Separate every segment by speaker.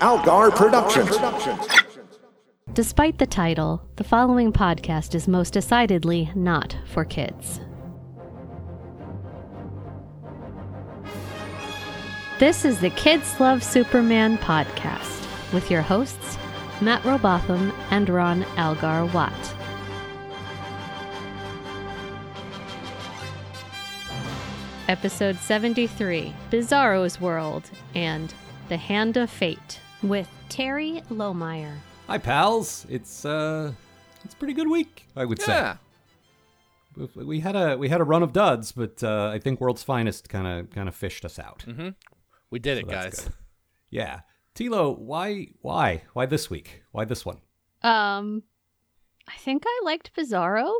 Speaker 1: Algar Productions.
Speaker 2: Despite the title, the following podcast is most decidedly not for kids. This is the Kids Love Superman podcast with your hosts, Matt Robotham and Ron Algar Watt. Episode 73 Bizarro's World and The Hand of Fate with Terry Lohmeyer.
Speaker 3: Hi, pals. It's uh, it's a pretty good week, I would
Speaker 4: Yeah.
Speaker 3: say. We- We had a we had a run of duds, but uh, I think World's Finest kind of kind of fished us out.
Speaker 4: We did it,
Speaker 3: that's
Speaker 4: guys.
Speaker 3: good. Yeah, Tilo, why why why this week? Why this one?
Speaker 2: Um, I think I liked Bizarro.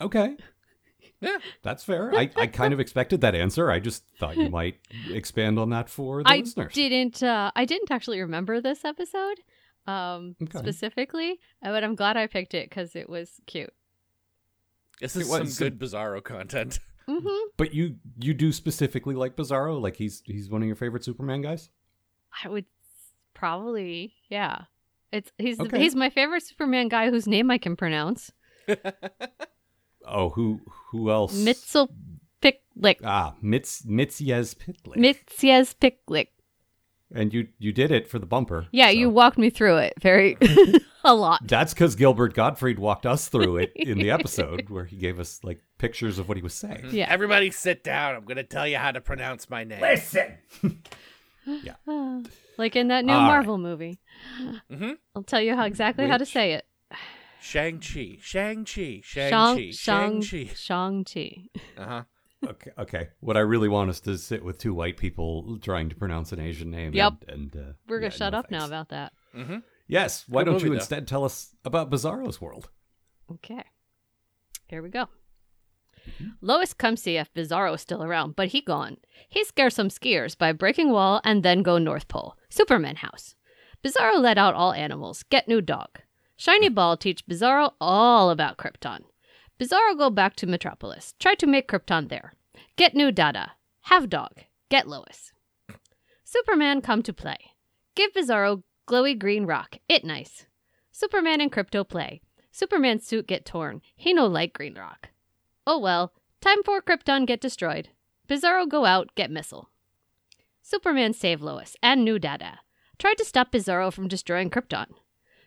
Speaker 3: Okay,
Speaker 4: Yeah.
Speaker 3: that's fair. I, I kind of expected that answer. I just thought you might expand on that for the
Speaker 2: I
Speaker 3: listeners.
Speaker 2: didn't. Uh, I didn't actually remember this episode um,
Speaker 3: Okay.
Speaker 2: specifically, uh, but I'm glad I picked it because it was cute.
Speaker 4: This
Speaker 3: It
Speaker 4: is some
Speaker 3: was-
Speaker 4: good Bizarro content.
Speaker 2: hmm
Speaker 3: But you you do specifically like Bizarro? Like he's he's one of your favorite Superman guys?
Speaker 2: I would probably, yeah. It's he's
Speaker 3: Okay.
Speaker 2: he's my favorite Superman guy whose name I can pronounce.
Speaker 3: Oh, who who else?
Speaker 2: Mitzel Picklick.
Speaker 3: ah Mitz Mitziez Pitlick.
Speaker 2: Mitzias Picklick.
Speaker 3: And you you did it for the bumper.
Speaker 2: Yeah,
Speaker 3: so.
Speaker 2: you walked me through it very a lot.
Speaker 3: That's because Gilbert Gottfried walked us through it in the episode where he gave us like pictures of what he was saying.
Speaker 2: Yeah.
Speaker 4: Everybody sit down. I'm going to tell you how to pronounce my name.
Speaker 2: Like in that new
Speaker 3: All right. Mm-hmm.
Speaker 2: Marvel movie. I'll tell you how exactly how to
Speaker 3: Which-
Speaker 2: say it.
Speaker 4: Shang-Chi. Shang-Chi. Shang-Chi.
Speaker 2: Shang Shang
Speaker 4: Shang-Chi.
Speaker 2: Shang Chi.
Speaker 4: Uh-huh.
Speaker 2: Mm-hmm.
Speaker 3: Okay. Okay. What I really want is to sit with two white people trying to pronounce an Asian name.
Speaker 2: Yep.
Speaker 3: And, and, uh,
Speaker 2: We're gonna
Speaker 3: yeah,
Speaker 2: shut
Speaker 3: no
Speaker 2: up now
Speaker 3: thanks.
Speaker 2: about that.
Speaker 3: Yes. Why
Speaker 4: Good
Speaker 3: don't
Speaker 4: movie,
Speaker 3: you
Speaker 4: though.
Speaker 3: instead tell us about Bizarro's world?
Speaker 2: Okay. Here we go. Lois comes see if Bizarro's still around, but he gone. He scares some skiers by breaking wall and then go North Pole. Superman house. Bizarro let out all animals. Get new dog. Shiny Ball teach Bizarro all about Krypton. Bizarro go back to Metropolis. Try to make Krypton there. Get new Dada. Have dog. Get Lois. Superman come to play. Give Bizarro glowy green rock. It nice. Superman and Crypto play. Superman's suit get torn. He no like Green Rock. Oh well, time for Krypton get destroyed. Bizarro go out, get missile. Superman save Lois and New Dada. Try to stop Bizarro from destroying Krypton.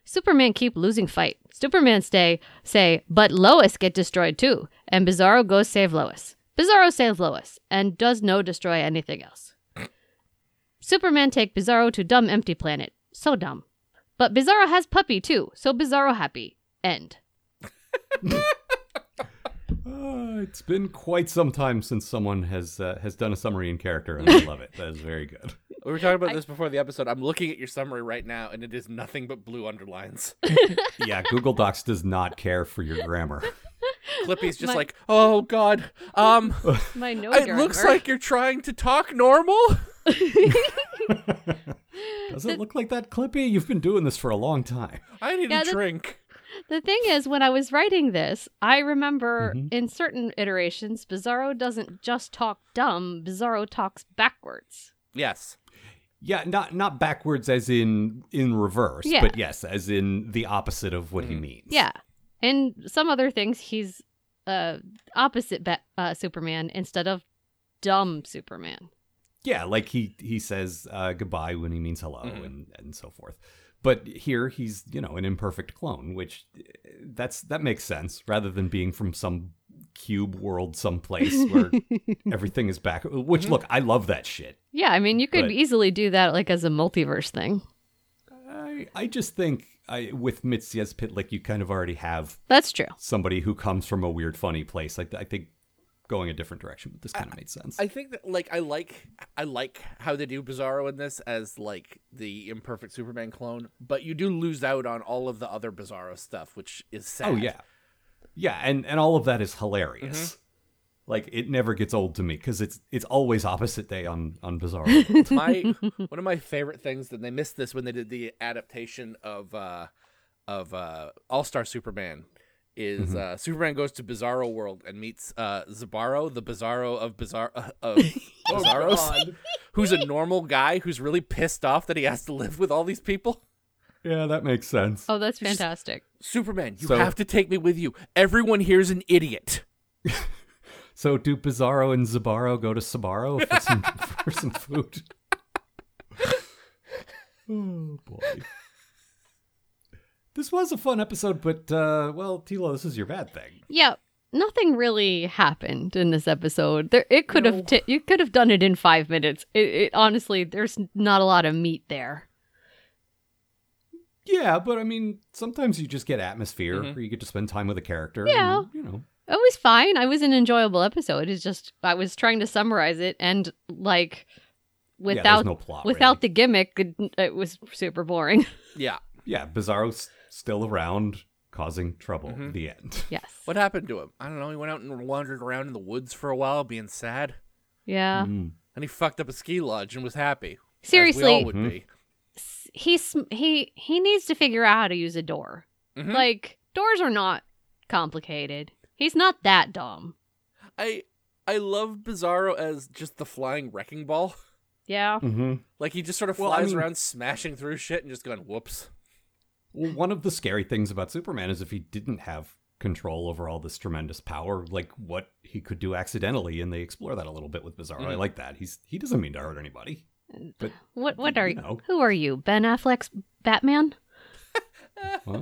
Speaker 2: Superman keep losing fight. Superman stay say, but Lois get destroyed too, and Bizarro goes save Lois. Bizarro save Lois and does no destroy anything else. Superman take Bizarro to dumb empty planet. So dumb. But Bizarro has puppy too, so Bizarro happy. End.
Speaker 3: Uh, it's been quite some time since someone has uh, has done a summary in character, and I love it. That is very good.
Speaker 4: We were talking about this before the episode. I'm looking at your summary right now, and it is nothing but blue underlines.
Speaker 3: Yeah. Google Docs does not care for your grammar.
Speaker 4: Clippy's
Speaker 2: My-
Speaker 4: just
Speaker 2: Oh,
Speaker 4: like, oh, God. Um,
Speaker 2: My no
Speaker 4: it
Speaker 2: grammar.
Speaker 4: looks like you're trying to talk normal.
Speaker 3: Does it look like that, Clippy? You've been doing this for a long time.
Speaker 4: I need
Speaker 2: Yeah,
Speaker 4: a
Speaker 2: that-
Speaker 4: drink.
Speaker 2: the thing is when I was writing this, I remember
Speaker 4: Mm-hmm.
Speaker 2: in certain iterations, Bizarro doesn't just talk dumb, Bizarro talks backwards.
Speaker 4: Yes.
Speaker 3: Yeah, not not backwards as in in reverse,
Speaker 2: Yeah.
Speaker 3: but yes, as in the opposite of what he means.
Speaker 2: Yeah. And some other things he's uh opposite ba- uh, Superman instead of dumb Superman.
Speaker 3: yeah, like he he says uh, goodbye when he means hello and and so forth. But here he's you know an imperfect clone, which uh, that's that makes sense rather than being from some cube world someplace where everything is back. Which look, I love that shit.
Speaker 2: Yeah, I mean you could
Speaker 3: Right.
Speaker 2: easily do that like as a multiverse thing.
Speaker 3: I I just think I with Mitzias Pitlick, you kind of already have
Speaker 2: That's true.
Speaker 3: somebody who comes from a weird, funny place. Like I think going a different direction, but this kind of made sense.
Speaker 4: I think that like I like I like how they do Bizarro in this as like the imperfect Superman clone, but you do lose out on all of the other Bizarro stuff, which is sad.
Speaker 3: Oh yeah, yeah, and and all of that is hilarious. Like it never gets old to me because it's it's always opposite day on on Bizarro.
Speaker 4: It's my one of my favorite things that they missed this when they did the adaptation of uh of uh All Star Superman is
Speaker 3: Mm-hmm.
Speaker 4: uh, Superman goes to Bizarro World and meets uh, Zabaro, the Bizarro of Bizarro uh, of Bizarros, who's a normal guy who's really pissed off that he has to live with all these people.
Speaker 3: Yeah, that makes sense.
Speaker 2: Oh, that's fantastic.
Speaker 4: Superman, you
Speaker 3: So-
Speaker 4: have to take me with you. Everyone here's an idiot.
Speaker 3: So do Bizarro and Zabaro go to Sabaro for some for some food? oh boy. This was a fun episode, but uh, well, Tilo, this is your bad thing.
Speaker 2: Yeah, nothing really happened in this episode. There, it could have t- you could have done it in five minutes. It, it honestly, there's not a lot of meat there.
Speaker 3: Yeah, but I mean, sometimes you just get atmosphere,
Speaker 4: Mm-hmm.
Speaker 3: or you get to spend time with a character.
Speaker 2: Yeah.
Speaker 3: and, you know,
Speaker 2: It was fine. I was an enjoyable episode. It's just I was trying to summarize it and like
Speaker 3: yeah, there's
Speaker 2: without
Speaker 3: no plot,
Speaker 2: without
Speaker 3: really.
Speaker 2: the gimmick, it, it was super boring.
Speaker 4: Yeah.
Speaker 3: yeah, Bizarro's still around, causing trouble.
Speaker 4: Mhm.
Speaker 3: The end.
Speaker 2: yes.
Speaker 4: What happened to him? I don't know. He went out and wandered around in the woods for a while, being sad,
Speaker 2: Yeah.
Speaker 3: Mm.
Speaker 4: and he fucked up a ski lodge and was happy. as we all
Speaker 2: Seriously,
Speaker 4: would
Speaker 3: Mhm.
Speaker 4: be.
Speaker 2: he's he he needs to figure out how to use a door.
Speaker 3: Mm-hmm.
Speaker 4: Mhm.
Speaker 2: Like doors are not complicated. He's not that dumb.
Speaker 4: I I love Bizarro as just the flying wrecking ball.
Speaker 2: Yeah.
Speaker 3: hmm
Speaker 4: Like he just sort of
Speaker 3: Well, I
Speaker 4: flies
Speaker 3: mean-
Speaker 4: around smashing through shit and just going whoops.
Speaker 3: Well, one of the scary things about Superman is if he didn't have control over all this tremendous power, like what he could do accidentally, and they explore that a little bit with Bizarro. I
Speaker 4: Mhm.
Speaker 3: like that. He's he doesn't mean to hurt anybody.
Speaker 2: What what are
Speaker 3: You
Speaker 2: you?
Speaker 3: know.
Speaker 2: Who are you? Ben Affleck's Batman?
Speaker 3: Huh?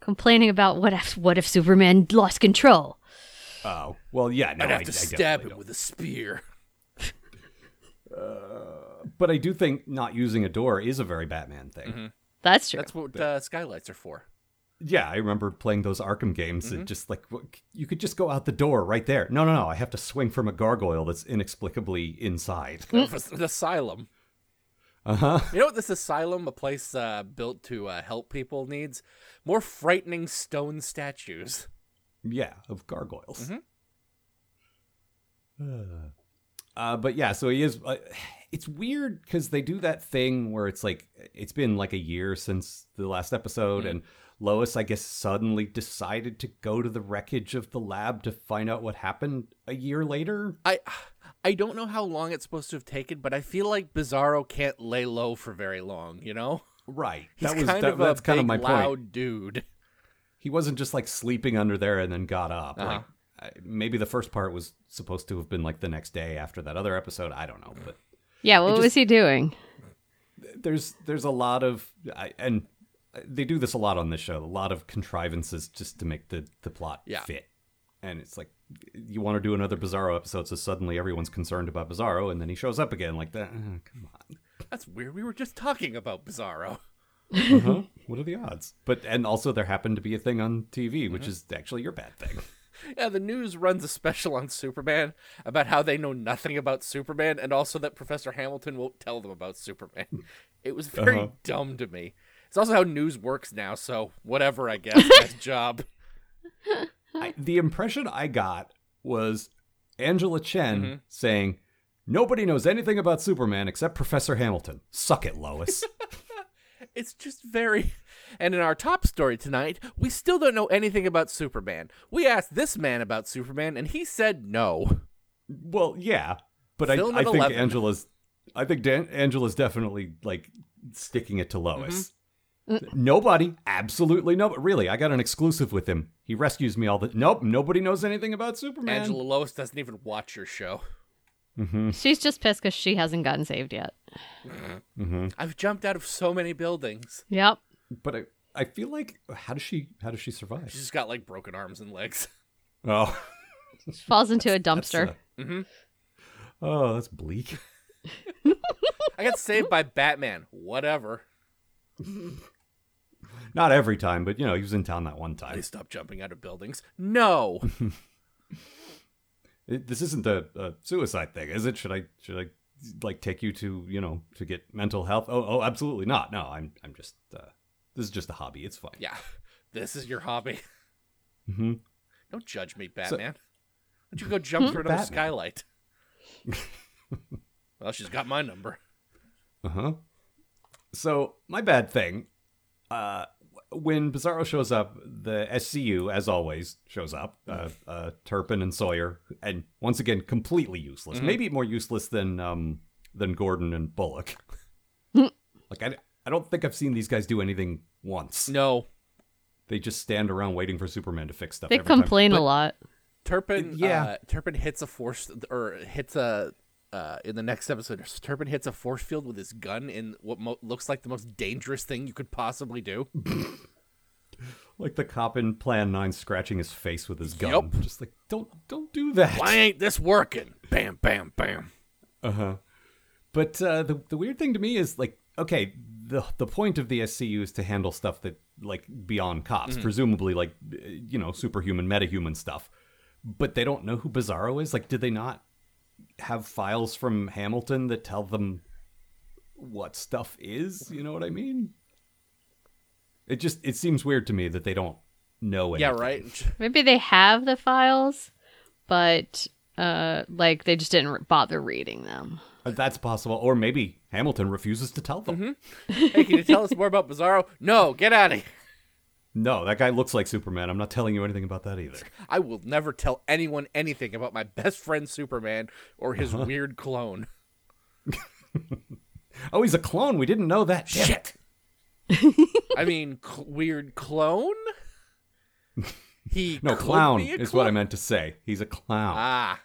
Speaker 2: Complaining about what if what if Superman lost control?
Speaker 3: Oh well, yeah. No,
Speaker 4: I'd
Speaker 3: I-
Speaker 4: have
Speaker 3: I
Speaker 4: to stab
Speaker 3: definitely
Speaker 4: him with a spear.
Speaker 3: don't. But I do think not using a door is a very Batman thing.
Speaker 4: Mm-hmm.
Speaker 2: That's true.
Speaker 4: That's what uh, skylights are for.
Speaker 3: Yeah, I remember playing those Arkham games
Speaker 4: Mm-hmm.
Speaker 3: and just like w- you could just go out the door right there. No, no, no. I have to swing from a gargoyle that's inexplicably inside.
Speaker 4: No, for an asylum.
Speaker 3: Uh huh.
Speaker 4: You know what this asylum, a place uh, built to uh, help people, needs? More frightening stone statues.
Speaker 3: Yeah, of gargoyles.
Speaker 4: Mm-hmm.
Speaker 3: Uh, uh, but yeah, so he is. Uh, it's weird because they do that thing where it's like it's been like a year since the last episode,
Speaker 4: Mm-hmm.
Speaker 3: and Lois, I guess, suddenly decided to go to the wreckage of the lab to find out what happened a year later.
Speaker 4: I I don't know how long it's supposed to have taken, but I feel like Bizarro can't lay low for very long. You know,
Speaker 3: Right.
Speaker 4: he's
Speaker 3: that was
Speaker 4: kind
Speaker 3: that-
Speaker 4: of
Speaker 3: that's
Speaker 4: a
Speaker 3: kind
Speaker 4: big,
Speaker 3: of my
Speaker 4: loud
Speaker 3: point.
Speaker 4: dude.
Speaker 3: He wasn't just like sleeping under there and then got up.
Speaker 4: Uh-huh.
Speaker 3: Like, I, maybe the first part was supposed to have been like the next day after that other episode. I don't know, but
Speaker 2: yeah. What
Speaker 3: just-
Speaker 2: was he doing?
Speaker 3: there's there's a lot of I, and they do this a lot on this show a lot of contrivances just to make the the plot
Speaker 4: Yeah.
Speaker 3: fit and it's like you want to do another bizarro episode so suddenly everyone's concerned about bizarro and then he shows up again like that "Ah, come on
Speaker 4: That's weird. We were just talking about Bizarro.
Speaker 3: Uh-huh. what are the odds but and also there happened to be a thing on tv
Speaker 4: Uh-huh.
Speaker 3: which is actually your bad thing
Speaker 4: Yeah, the news runs a special on Superman about how they know nothing about Superman and also that Professor Hamilton won't tell them about Superman. It was very
Speaker 3: Uh-huh.
Speaker 4: dumb to me. It's also how news works now, so whatever, I guess. nice job.
Speaker 3: I, the impression i got was angela chen
Speaker 4: Mm-hmm.
Speaker 3: saying nobody knows anything about superman except professor hamilton suck it lois
Speaker 4: It's just very. And in our top story tonight, we still don't know anything about Superman. We asked this man about Superman, and he said no.
Speaker 3: Well, yeah, but I,
Speaker 4: Film
Speaker 3: I
Speaker 4: at
Speaker 3: think
Speaker 4: 11.
Speaker 3: Angela's, I think Dan, Angela's definitely like sticking it to Lois.
Speaker 4: Mm-hmm.
Speaker 3: Nobody, absolutely no. Really, I got an exclusive with him. He rescues me all the. Nope, nobody knows anything about Superman.
Speaker 4: Angela Lois doesn't even watch your show.
Speaker 2: Mm. She's just pissed because she hasn't gotten saved yet.
Speaker 4: I've jumped out of so many buildings.
Speaker 2: Yep.
Speaker 3: But I, I feel like how does she, how does she survive?
Speaker 4: She's just got like broken arms and legs.
Speaker 3: oh,
Speaker 2: Falls into a
Speaker 3: uh,
Speaker 2: dumpster.
Speaker 4: Mm-hmm.
Speaker 3: oh, that's bleak.
Speaker 4: I got saved by Batman. Whatever.
Speaker 3: Not every time, but you know, he was in town that one time.
Speaker 4: They stop jumping out of buildings. No.
Speaker 3: It, this isn't a, a suicide thing, is it? Should I should I like take you to you know to get mental health? Oh, oh, absolutely not. No, I'm I'm just uh, this is just a hobby. It's fine.
Speaker 4: yeah. This is your hobby.
Speaker 3: Mhm.
Speaker 4: Don't judge me, Batman. Why don't you go jump through another
Speaker 3: Batman.
Speaker 4: skylight? well, she's got my number.
Speaker 3: Uh-huh. Uh huh. So my bad thing. Uh, when Bizarro shows up, the SCU, as always, shows up. Uh, uh, Turpin and Sawyer, and once again, completely useless.
Speaker 4: Mm-hmm.
Speaker 3: Maybe more useless than um, than Gordon and Bullock.
Speaker 4: Hmm.
Speaker 3: like I, I don't think I've seen these guys do anything once.
Speaker 4: No,
Speaker 3: They just stand around waiting for Superman to fix stuff.
Speaker 2: They
Speaker 3: every time.
Speaker 2: complain
Speaker 3: But-
Speaker 2: a lot.
Speaker 4: Turpin.
Speaker 3: Yeah.
Speaker 4: uh, Turpin hits a force or hits a. Uh, in the next episode, Turpin hits a force field with his gun in what mo- looks like the most dangerous thing you could possibly do.
Speaker 3: Like the cop in Plan Nine scratching his face with his gun. Just like don't don't do that.
Speaker 4: Why ain't this working? Bam, bam, bam.
Speaker 3: Uh-huh. But uh, the the weird thing to me is like, okay, the the point of the SCU is to handle stuff that like beyond cops, presumably like uh, you know superhuman, metahuman stuff. But they don't know who Bizarro is. Like, did they not have files from Hamilton that tell them what stuff is? You know what I mean? It just it seems weird to me that they don't know.
Speaker 4: Yeah,
Speaker 3: Anything.
Speaker 4: right.
Speaker 2: Maybe they have the files, but uh, like they just didn't re- bother reading them.
Speaker 3: Uh, That's possible, or maybe Hamilton refuses to tell them.
Speaker 4: hey, can you tell us more about Bizarro? No, get out of here.
Speaker 3: No, that guy looks like Superman. I'm not telling you anything about that either.
Speaker 4: I will never tell anyone anything about my best friend Superman or his
Speaker 3: Uh-huh.
Speaker 4: weird clone.
Speaker 3: Oh, he's a clone. We didn't know that. Damn it.
Speaker 4: I mean, cl- weird clone? He
Speaker 3: No,
Speaker 4: could
Speaker 3: clown
Speaker 4: be a
Speaker 3: is what I
Speaker 4: clone?
Speaker 3: meant to say. He's a clown.
Speaker 4: Ah,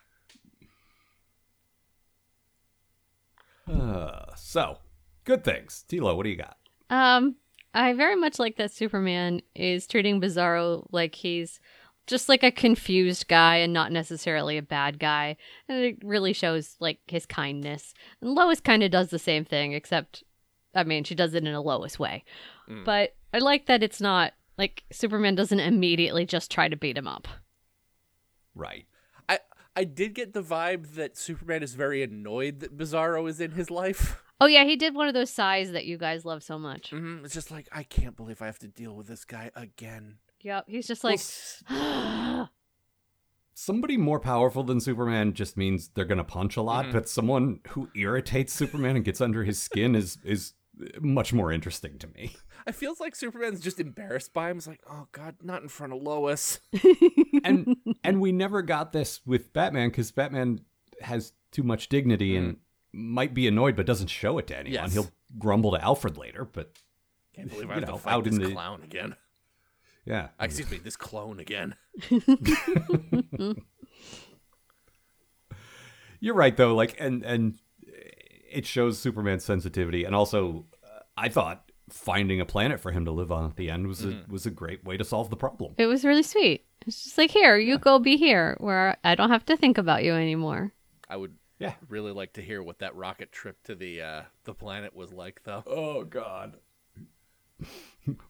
Speaker 4: Ah.
Speaker 3: Uh, so, good things. Tilo, what do you got?
Speaker 2: Um, I very much like that Superman is treating Bizarro like he's just like a confused guy and not necessarily a bad guy. And it really shows like his kindness. And Lois kind of does the same thing, except, I mean, she does it in a Lois way. But I like that it's not like Superman doesn't immediately just try to beat him up.
Speaker 3: Right.
Speaker 4: I I did get the vibe that Superman is very annoyed that Bizarro is in his life.
Speaker 2: Oh, yeah, he did one of those sighs that you guys love so much.
Speaker 4: Mhm, It's just like I can't believe I have to deal with this guy again.
Speaker 2: Yep, he's just like,
Speaker 3: Somebody more powerful than Superman just means they're going to punch a
Speaker 4: Mm-hmm.
Speaker 3: lot, but someone who irritates Superman and gets under his skin is is much more interesting to me.
Speaker 4: I feels like Superman's just embarrassed by him. It's like, oh god, not in front of Lois.
Speaker 3: And and we never got this with Batman cuz Batman has too much dignity and might be annoyed but doesn't show it to anyone.
Speaker 4: Mm. Yes.
Speaker 3: He'll grumble to Alfred later, but
Speaker 4: Can't believe I
Speaker 3: You
Speaker 4: have
Speaker 3: know,
Speaker 4: to fight
Speaker 3: out in
Speaker 4: this
Speaker 3: the-
Speaker 4: clown again.
Speaker 3: yeah.
Speaker 4: Excuse me, this clone again.
Speaker 3: You're right though. Like and and it shows Superman's sensitivity, and also uh, I thought finding a planet for him to live on at the end was
Speaker 4: Mm-hmm.
Speaker 3: a was a great way to solve the problem.
Speaker 2: It was really sweet. It's just like, here, you go be here where I don't have to think about you anymore.
Speaker 4: I would
Speaker 3: Yeah.
Speaker 4: really like to hear what that rocket trip to the uh, the planet was like, though.
Speaker 3: Oh God.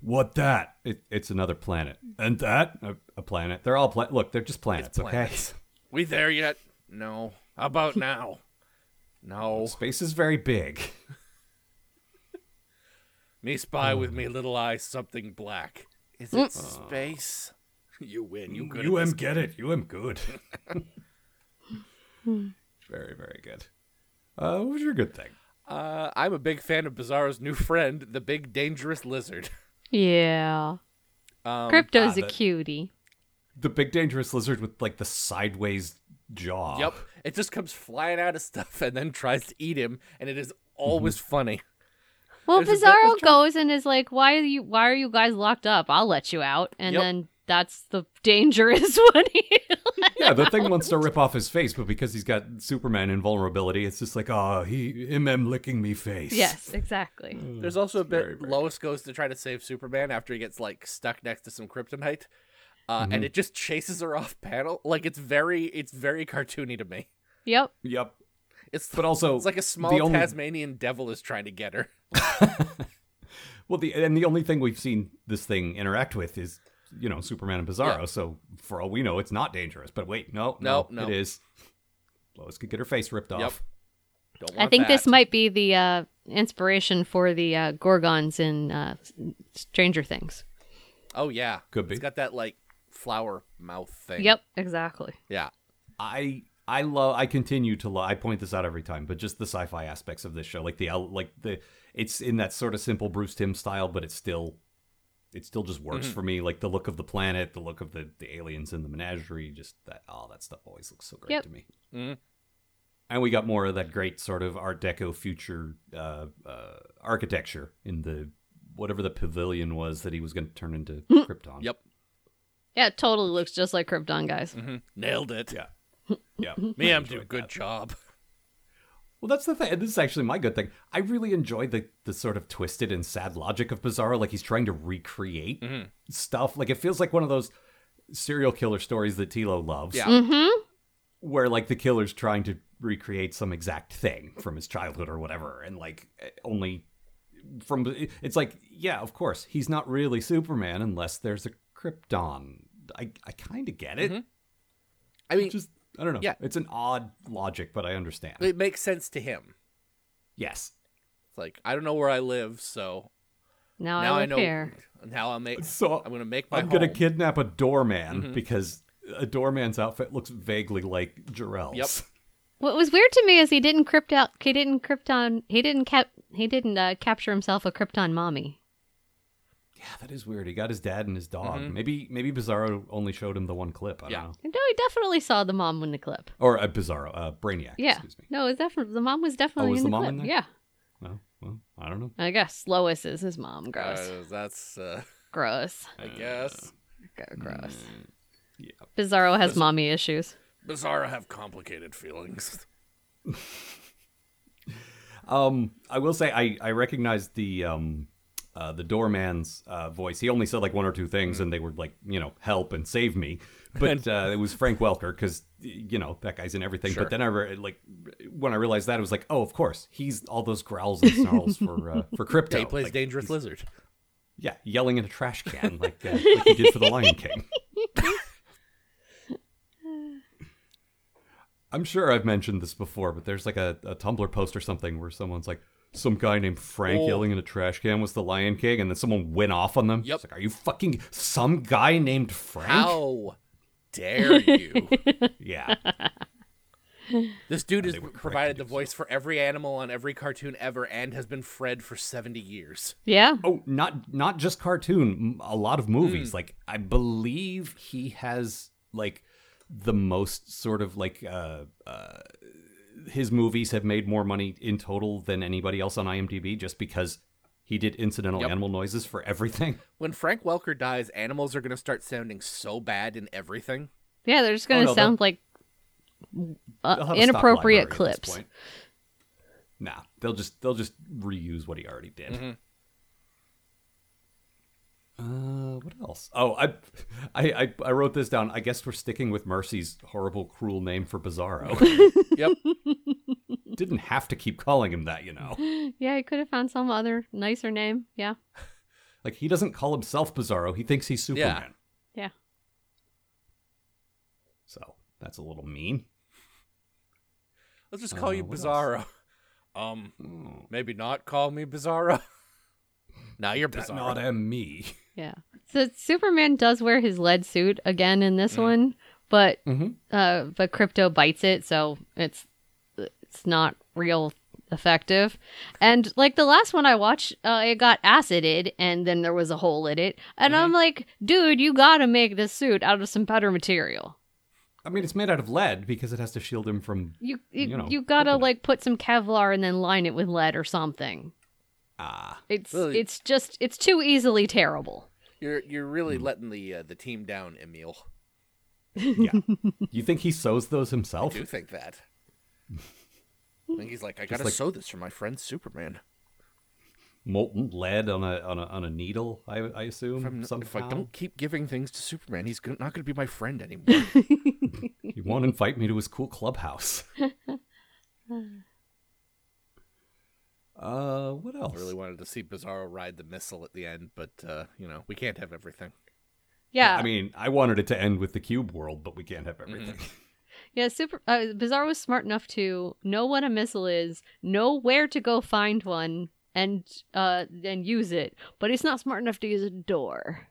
Speaker 3: what that? It, it's another planet, and that a, a planet. They're all pla- look. They're just planets.
Speaker 4: planets.
Speaker 3: Okay.
Speaker 4: We there yet? No. How about now? No.
Speaker 3: Space is very big.
Speaker 4: Me spy with me little eye something black. Is it space? Uh. You win. You good. at this.
Speaker 3: get it. You am good. very very good. Uh, what was your good thing?
Speaker 4: Uh, I'm a big fan of Bizarro's new friend, the big dangerous lizard.
Speaker 2: Yeah.
Speaker 4: Um,
Speaker 2: Crypto's a
Speaker 3: that-
Speaker 2: cutie.
Speaker 3: The big dangerous lizard with like the sideways jaw.
Speaker 4: Yep. It just comes flying out of stuff and then tries to eat him, and it is always funny.
Speaker 2: Well,
Speaker 4: There's a bit
Speaker 2: Pizarro
Speaker 4: with Tron-
Speaker 2: goes and is like, "Why are you? Why are you guys locked up? I'll let you out." And
Speaker 4: Yep.
Speaker 2: then that's the dangerous one.
Speaker 3: Yeah, the thing wants to rip off his face, but because he's got Superman invulnerability, it's just like, oh, he him am licking me face.
Speaker 2: yes, exactly.
Speaker 4: There's also a
Speaker 3: Hmm. very
Speaker 4: bit
Speaker 3: bad.
Speaker 4: Lois goes to try to save Superman after he gets like stuck next to some kryptonite, uh,
Speaker 3: Mm-hmm.
Speaker 4: and it just chases her off panel. Like it's very, it's very cartoony to me.
Speaker 2: Yep.
Speaker 3: Yep.
Speaker 4: It's
Speaker 3: But also,
Speaker 4: it's like a small
Speaker 3: the only,
Speaker 4: Tasmanian devil is trying to get her.
Speaker 3: Well, the and the only thing we've seen this thing interact with is you know Superman and Bizarro.
Speaker 4: Yeah.
Speaker 3: So for all we know, it's not dangerous. But wait, no,
Speaker 4: No, no.
Speaker 3: it is. Lois could get her face ripped
Speaker 4: Yep.
Speaker 3: off.
Speaker 4: Don't
Speaker 2: I
Speaker 4: want
Speaker 2: think this
Speaker 4: that.
Speaker 2: might be the uh, inspiration for the uh, Gorgons in uh, S- Stranger Things.
Speaker 4: Oh yeah,
Speaker 3: Could be.
Speaker 4: It's got that like flower mouth thing.
Speaker 2: Yep, exactly.
Speaker 4: Yeah.
Speaker 3: I I love I continue to love I point this out every time, but just the sci-fi aspects of this show, like the el- like the it's in that sort of simple Bruce Tim style, but it's still it still just works for me. Like the look of the planet, the look of the, the aliens in the menagerie, just that all that stuff always looks so great
Speaker 2: Yep.
Speaker 3: to me.
Speaker 4: Mhm.
Speaker 3: And we got more of that great sort of Art Deco future uh, uh, architecture in the whatever the pavilion was that he was going to turn into Krypton.
Speaker 4: Yep.
Speaker 2: Yeah, it totally looks just like Krypton, guys.
Speaker 4: Nailed it.
Speaker 3: Yeah. Yeah.
Speaker 4: Me,
Speaker 3: I
Speaker 4: I'm
Speaker 3: enjoyed
Speaker 4: doing a good
Speaker 3: that.
Speaker 4: job.
Speaker 3: Well, that's the thing. This is actually my good thing. I really enjoy the the sort of twisted and sad logic of Bizarro. Like he's trying to recreate stuff. Like it feels like one of those serial killer stories that Tilo loves,
Speaker 4: Yeah.
Speaker 2: Mm-hmm.
Speaker 3: where like the killer's trying to recreate some exact thing from his childhood or whatever, and like eh, only from it's like yeah, of course he's not really Superman unless there's a Krypton. I I kind of get it.
Speaker 4: I mean,
Speaker 3: Just I don't know.
Speaker 4: Yeah.
Speaker 3: it's an odd logic, but I understand.
Speaker 4: it makes sense to him.
Speaker 3: yes.
Speaker 4: It's like I don't know where I live, so
Speaker 2: Now,
Speaker 4: now
Speaker 2: I
Speaker 4: I
Speaker 2: live
Speaker 4: know.
Speaker 2: here.
Speaker 4: Now I'll make.
Speaker 3: So
Speaker 4: I'm gonna make my.
Speaker 3: I'm gonna
Speaker 4: home. Mm-hmm.
Speaker 3: kidnap a doorman because a doorman's outfit looks vaguely like Jarrell's.
Speaker 4: Yep.
Speaker 2: What was weird to me is he didn't crypt out. He didn't Krypton. He didn't cap. He didn't uh, capture himself a Krypton mommy.
Speaker 3: Yeah, that is weird. He got his dad and his dog. Maybe maybe Bizarro only showed him the one clip. I
Speaker 4: Mm-hmm. Yeah.
Speaker 3: don't know.
Speaker 2: No, he definitely saw the mom in the clip.
Speaker 3: Or uh, Bizarro, uh, Brainiac.
Speaker 2: Yeah.
Speaker 3: Excuse me. Oh,
Speaker 2: No, it was definitely the mom was definitely
Speaker 3: was
Speaker 2: in
Speaker 3: the
Speaker 2: the,
Speaker 3: mom
Speaker 2: clip.
Speaker 3: in there?
Speaker 2: Yeah.
Speaker 3: Well, well, I don't know.
Speaker 2: I guess Lois is his mom. Gross.
Speaker 4: Uh, that's. Uh,
Speaker 2: gross.
Speaker 4: I
Speaker 3: Uh,
Speaker 4: guess.
Speaker 2: Gr- Gross.
Speaker 3: mm, yeah.
Speaker 2: Bizarro has mommy issues.
Speaker 4: Bizarro have complicated feelings.
Speaker 3: Um, I will say I I recognized the um. Uh, the doorman's uh, voice. He only said like one or two things, and they were like, you know, help and save me. But uh, it was Frank Welker because you know that guy's in everything.
Speaker 4: Sure.
Speaker 3: But then I re- like when I realized that, it was like, oh, of course, he's all those growls and snarls for uh, for crypto.
Speaker 4: Yeah, he plays
Speaker 3: Like,
Speaker 4: Dangerous Lizard.
Speaker 3: Yeah, yelling in a trash can like, uh, like he did for the Lion King. I'm sure I've mentioned this before, but there's like a, a Tumblr post or something where someone's like, some guy named Frank
Speaker 4: Oh.
Speaker 3: yelling in a trash can was the Lion King, and then someone went off on them.
Speaker 4: Yep.
Speaker 3: It's like, are you fucking some guy named Frank?
Speaker 4: How dare you?
Speaker 3: Yeah.
Speaker 4: This dude has
Speaker 3: they were correct
Speaker 4: provided
Speaker 3: to
Speaker 4: the
Speaker 3: do
Speaker 4: voice for every animal on every cartoon ever and has been Fred for 70 years.
Speaker 2: Yeah.
Speaker 3: Oh, not not just cartoon. m- A lot of movies. Like I believe he has like the most sort of like uh, uh, his movies have made more money in total than anybody else on IMDb, just because he did incidental
Speaker 4: Yep.
Speaker 3: animal noises for everything.
Speaker 4: When Frank Welker dies, animals are going to start sounding so bad in everything.
Speaker 2: Yeah, they're just going to
Speaker 3: Oh, no, they'll-
Speaker 2: sound like
Speaker 3: They'll
Speaker 2: uh,
Speaker 3: have a stock
Speaker 2: inappropriate
Speaker 3: library at this
Speaker 2: clips.
Speaker 3: point. Nah, they'll just they'll just reuse what he already
Speaker 4: Mm-hmm.
Speaker 3: did. Uh, what else? Oh, I, I, I, I wrote this down. I guess we're sticking with Mercy's horrible, cruel name for Bizarro.
Speaker 4: Yep.
Speaker 3: Didn't have to keep calling him that, you know.
Speaker 2: Yeah, he could have found some other nicer name. Yeah.
Speaker 3: Like he doesn't call himself Bizarro. He thinks he's Superman.
Speaker 2: Yeah.
Speaker 3: So that's a little mean.
Speaker 4: Let's just call
Speaker 3: Uh,
Speaker 4: you
Speaker 3: what else?
Speaker 4: Bizarro. Um, maybe not call me Bizarro. now you're Bizarro.
Speaker 3: Not a
Speaker 4: E.
Speaker 3: me.
Speaker 2: Yeah. So Superman does wear his lead suit again in this one, but
Speaker 3: Mhm.
Speaker 2: uh, but Crypto bites it, so it's it's not real effective. And like the last one I watched, uh, it got acided, and then there was a hole in it, and I'm like, dude, you gotta make this suit out of some better material.
Speaker 3: I mean, it's made out of lead because it has to shield him from.
Speaker 2: You you,
Speaker 3: You know,
Speaker 2: you gotta
Speaker 3: open it.
Speaker 2: like put some Kevlar and then line it with lead or something.
Speaker 3: Ah,
Speaker 2: It's
Speaker 4: Well,
Speaker 2: it's just it's too easily terrible.
Speaker 4: You're you're really
Speaker 3: Hmm.
Speaker 4: letting the uh, the team down, Emil.
Speaker 3: yeah. you think he sews those himself?
Speaker 4: I do think that. I think he's like, I gotta
Speaker 3: like-
Speaker 4: sew this for my friend Superman.
Speaker 3: Molten lead on a on a on a needle. I, I assume.
Speaker 4: If, I'm, if I
Speaker 3: somehow.
Speaker 4: don't keep giving things to Superman, he's go- not gonna be my friend anymore.
Speaker 3: He won't invite me to his cool clubhouse. uh, what else?
Speaker 4: I really wanted to see Bizarro ride the missile at the end, but uh, you know we can't have everything.
Speaker 2: Yeah,
Speaker 3: I mean, I wanted it to end with the cube world, but we can't have everything.
Speaker 2: Yeah, super. Uh, Bizarre was smart enough to know what a missile is, know where to go find one, and uh, and use it. But he's not smart enough to use a door.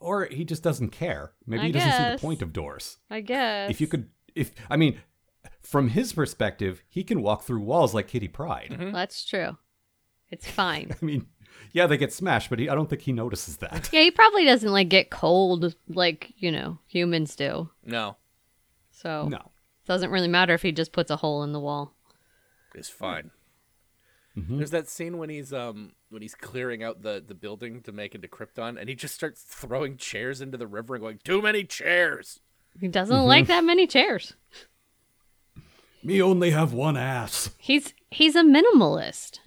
Speaker 3: or he just doesn't care. Maybe
Speaker 2: I
Speaker 3: he doesn't see the
Speaker 2: guess.
Speaker 3: point of doors.
Speaker 2: I guess.
Speaker 3: If you could, if I mean, from his
Speaker 2: Mm-hmm.
Speaker 3: perspective, he can walk through walls like Kitty Pride.
Speaker 2: that's true. It's fine.
Speaker 3: I mean, Yeah, they get smashed, but he, I don't think he notices that.
Speaker 2: Yeah, he probably doesn't like get cold like, you know, humans do.
Speaker 4: No,
Speaker 2: So
Speaker 3: No.
Speaker 2: doesn't really matter if he just puts a hole in the wall.
Speaker 4: it's fine.
Speaker 3: Mhm.
Speaker 4: There's that scene when he's um when he's clearing out the the building to make into Krypton, and he just starts throwing chairs into the river and going, "Too many chairs."
Speaker 2: He doesn't
Speaker 3: Mm-hmm.
Speaker 2: like that many chairs.
Speaker 3: Me only have one ass.
Speaker 2: He's he's a minimalist.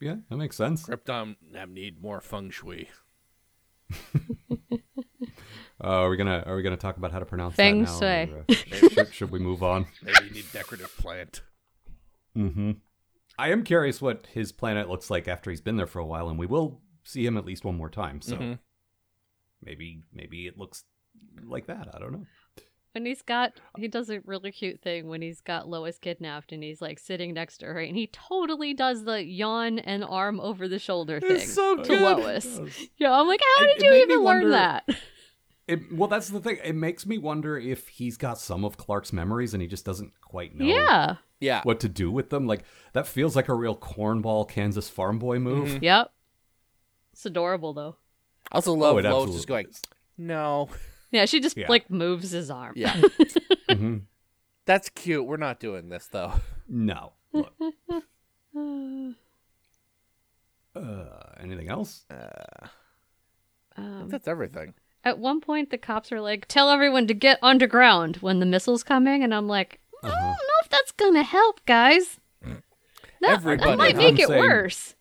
Speaker 3: Yeah, that makes sense.
Speaker 4: Krypton have need more feng shui.
Speaker 3: Uh, are we gonna Are we gonna talk about how to pronounce
Speaker 2: Feng
Speaker 3: that now?
Speaker 2: shui.
Speaker 3: or, uh, should, should we move on?
Speaker 4: Maybe you need decorative plant.
Speaker 3: Mm-hmm. I am curious what his planet looks like after he's been there for a while, and we will see him at least one more time. So
Speaker 4: Mhm.
Speaker 3: maybe maybe it looks like that. I don't know.
Speaker 2: When he's got he does a really cute thing when he's got Lois kidnapped and he's like sitting next to her and he totally does the yawn and arm over the shoulder thing to Lois. Yeah, I'm like, how
Speaker 3: It-
Speaker 2: did
Speaker 3: it
Speaker 2: you
Speaker 3: made me
Speaker 2: even learn
Speaker 3: wonder-
Speaker 2: that?
Speaker 3: It, well, that's the thing. It makes me wonder if he's got some of Clark's memories and he just doesn't quite know
Speaker 2: Yeah.
Speaker 4: Yeah.
Speaker 3: what to do with them. Like that feels like a real cornball Kansas farm boy move.
Speaker 4: Mm-hmm.
Speaker 2: Yep. It's adorable though.
Speaker 4: I also love
Speaker 3: Oh, it
Speaker 4: Lois just
Speaker 3: absolutely
Speaker 4: going, "No,
Speaker 2: Yeah, she just
Speaker 3: Yeah.
Speaker 2: like moves his arm.
Speaker 4: yeah,
Speaker 3: Mhm.
Speaker 4: that's cute. We're not doing this though."
Speaker 3: No. Look,
Speaker 2: Uh,
Speaker 3: uh, anything else?
Speaker 2: um,
Speaker 4: That's everything.
Speaker 2: at one point, the cops are like, "Tell everyone to get underground when the missile's coming," and I'm like, "Mm, "I
Speaker 3: Uh-huh.
Speaker 2: don't know if that's gonna help, guys.
Speaker 3: Mm.
Speaker 2: That,
Speaker 4: Everybody-
Speaker 2: that might
Speaker 3: I'm
Speaker 2: make it
Speaker 3: saying-
Speaker 2: worse."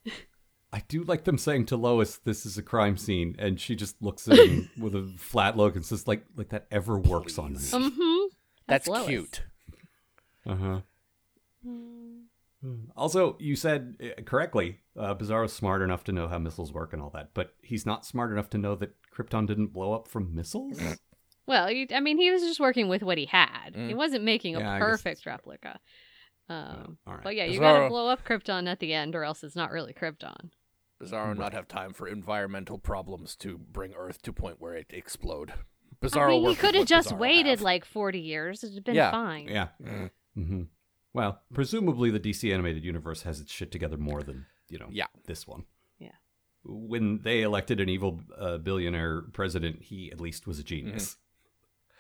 Speaker 3: I do like them saying to Lois, "This is a crime scene," and she just looks at him with a flat look and says, "Like, like that ever works on me."
Speaker 2: Mm-hmm.
Speaker 4: That's,
Speaker 2: Lois.
Speaker 4: cute.
Speaker 3: Uh huh. Hmm. Also, you said uh, correctly, uh, Bizarro's smart enough to know how missiles work and all that, but he's not smart enough to know that Krypton didn't blow up from missiles.
Speaker 2: Well, you, I mean, he was just working with what he had.
Speaker 4: Mm.
Speaker 2: He wasn't making a
Speaker 3: Yeah, I guess
Speaker 2: perfect replica. Um,
Speaker 3: Oh, all right.
Speaker 2: But yeah, you
Speaker 4: Oh, Bizarro.
Speaker 2: gotta blow up Krypton at the end, or else it's not really Krypton.
Speaker 4: Bizarro not have time for environmental problems to bring Earth to point where it explode. Bizarro.
Speaker 2: I mean, he
Speaker 4: works with
Speaker 2: could have
Speaker 4: what
Speaker 2: just
Speaker 4: Bizarro Mm.
Speaker 2: waited
Speaker 4: have.
Speaker 2: like 40 years. It'd have been
Speaker 4: Yeah.
Speaker 2: fine.
Speaker 3: yeah. hmm Well, presumably the DC animated universe has its shit together more than you know.
Speaker 4: Yeah.
Speaker 3: This one.
Speaker 2: Yeah.
Speaker 3: When they elected an evil uh, billionaire president, he at least was a genius.
Speaker 2: Mm-hmm.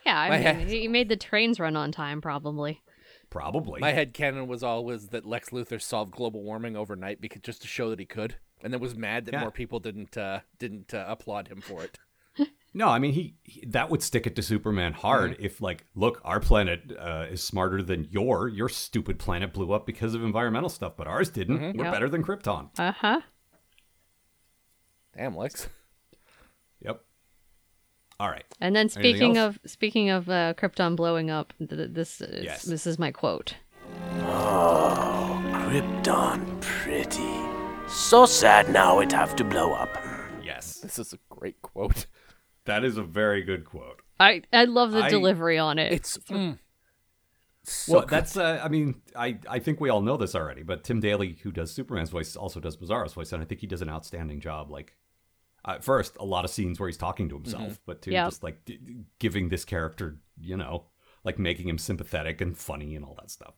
Speaker 2: Yeah, I
Speaker 4: My
Speaker 2: mean,
Speaker 4: head-
Speaker 2: he made the trains run on time, probably.
Speaker 3: Probably.
Speaker 4: My head canon was always that Lex Luthor solved global warming overnight because just to show that he could, and then was mad that
Speaker 3: Yeah.
Speaker 4: more people didn't uh, didn't uh, applaud him for it.
Speaker 3: No, I mean he, he that would stick it to Superman hard
Speaker 2: Mm-hmm.
Speaker 3: if like, look, our planet uh, is smarter than your your stupid planet blew up because of environmental stuff, but ours didn't. We're
Speaker 2: Mm-hmm. Yep.
Speaker 3: better than Krypton.
Speaker 2: Uh
Speaker 4: Uh-huh.
Speaker 2: huh.
Speaker 4: Damn, Lex.
Speaker 3: Yep. All right.
Speaker 2: And then
Speaker 3: Anything
Speaker 2: speaking
Speaker 3: else?
Speaker 2: of speaking of uh, Krypton blowing up, th- th- this is,
Speaker 3: Yes.
Speaker 2: this is my quote.
Speaker 1: Krypton pretty. So sad now it have to blow up.
Speaker 3: Yes.
Speaker 4: This is a great quote.
Speaker 3: That is a very good quote.
Speaker 2: I I love the
Speaker 3: I-
Speaker 2: delivery on it.
Speaker 4: It's mm, so
Speaker 3: well,
Speaker 4: good.
Speaker 3: that's uh, I mean, I I think we all know this already, but Tim Daly, who does Superman's voice, also does Bizarro's voice, and I think he does an outstanding job. Like, uh, first, a lot of scenes where he's talking to himself, but two,
Speaker 2: Yeah.
Speaker 3: just like d- d- giving this character, you know, like making him sympathetic and funny and all that stuff.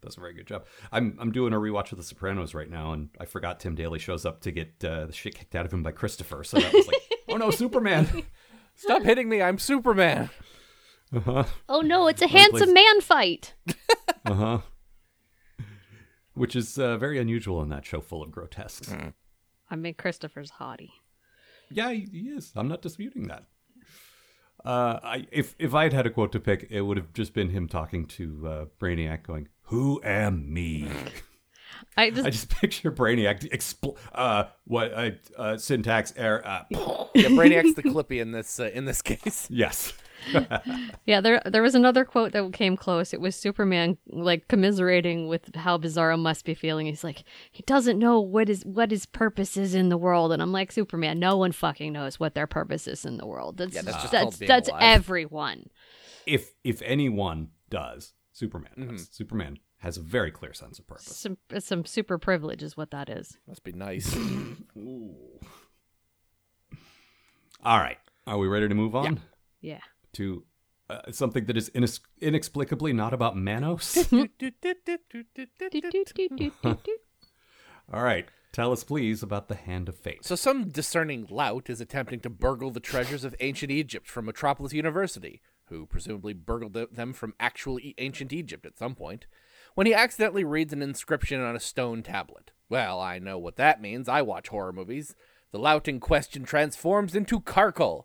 Speaker 3: Does a very good job. I'm I'm doing a rewatch of The Sopranos right now, and I forgot Tim Daly shows up to get uh, the shit kicked out of him by Christopher. So that was like, oh no, Superman.
Speaker 4: Stop hitting me! I'm Superman.
Speaker 3: Uh-huh.
Speaker 2: oh no, it's a handsome man fight.
Speaker 3: Uh huh. Which is uh, very unusual in that show, full of grotesques.
Speaker 2: I mean, Christopher's hottie.
Speaker 3: Yeah, he he is. I'm not disputing that. Uh, I, if if I had had a quote to pick, it would have just been him talking to uh, Brainiac, going, "Who am me?"
Speaker 2: I just,
Speaker 3: I just picture Brainiac expl- uh, what uh, uh, syntax error. Uh,
Speaker 4: Yeah, Brainiac's the Clippy in this uh, in this case.
Speaker 3: yes,
Speaker 2: yeah. There there was another quote that came close. It was Superman like commiserating with how Bizarro must be feeling. He's like, he doesn't know what is what his purpose is in the world, and I'm like, Superman, no one fucking knows what their purpose is in the world. That's
Speaker 4: Yeah, that's just
Speaker 2: that's
Speaker 4: called being
Speaker 2: that's
Speaker 4: alive.
Speaker 2: everyone.
Speaker 3: if if anyone does, Superman does. Superman has a very clear sense of purpose.
Speaker 2: some some super privilege is what that is.
Speaker 4: Must be nice.
Speaker 3: All right, are we ready to move on
Speaker 2: Yeah.
Speaker 3: to uh, something that is inex- inexplicably not about Manos? All right. Tell us, please, about the Hand of Fate.
Speaker 4: So, some discerning lout is attempting to burgle the treasures of ancient Egypt from Metropolis University, who presumably burgled th- them from actual e- ancient Egypt at some point, when he accidentally reads an inscription on a stone tablet. Well, I know what that means. I watch horror movies. The lout in question transforms into Karkle.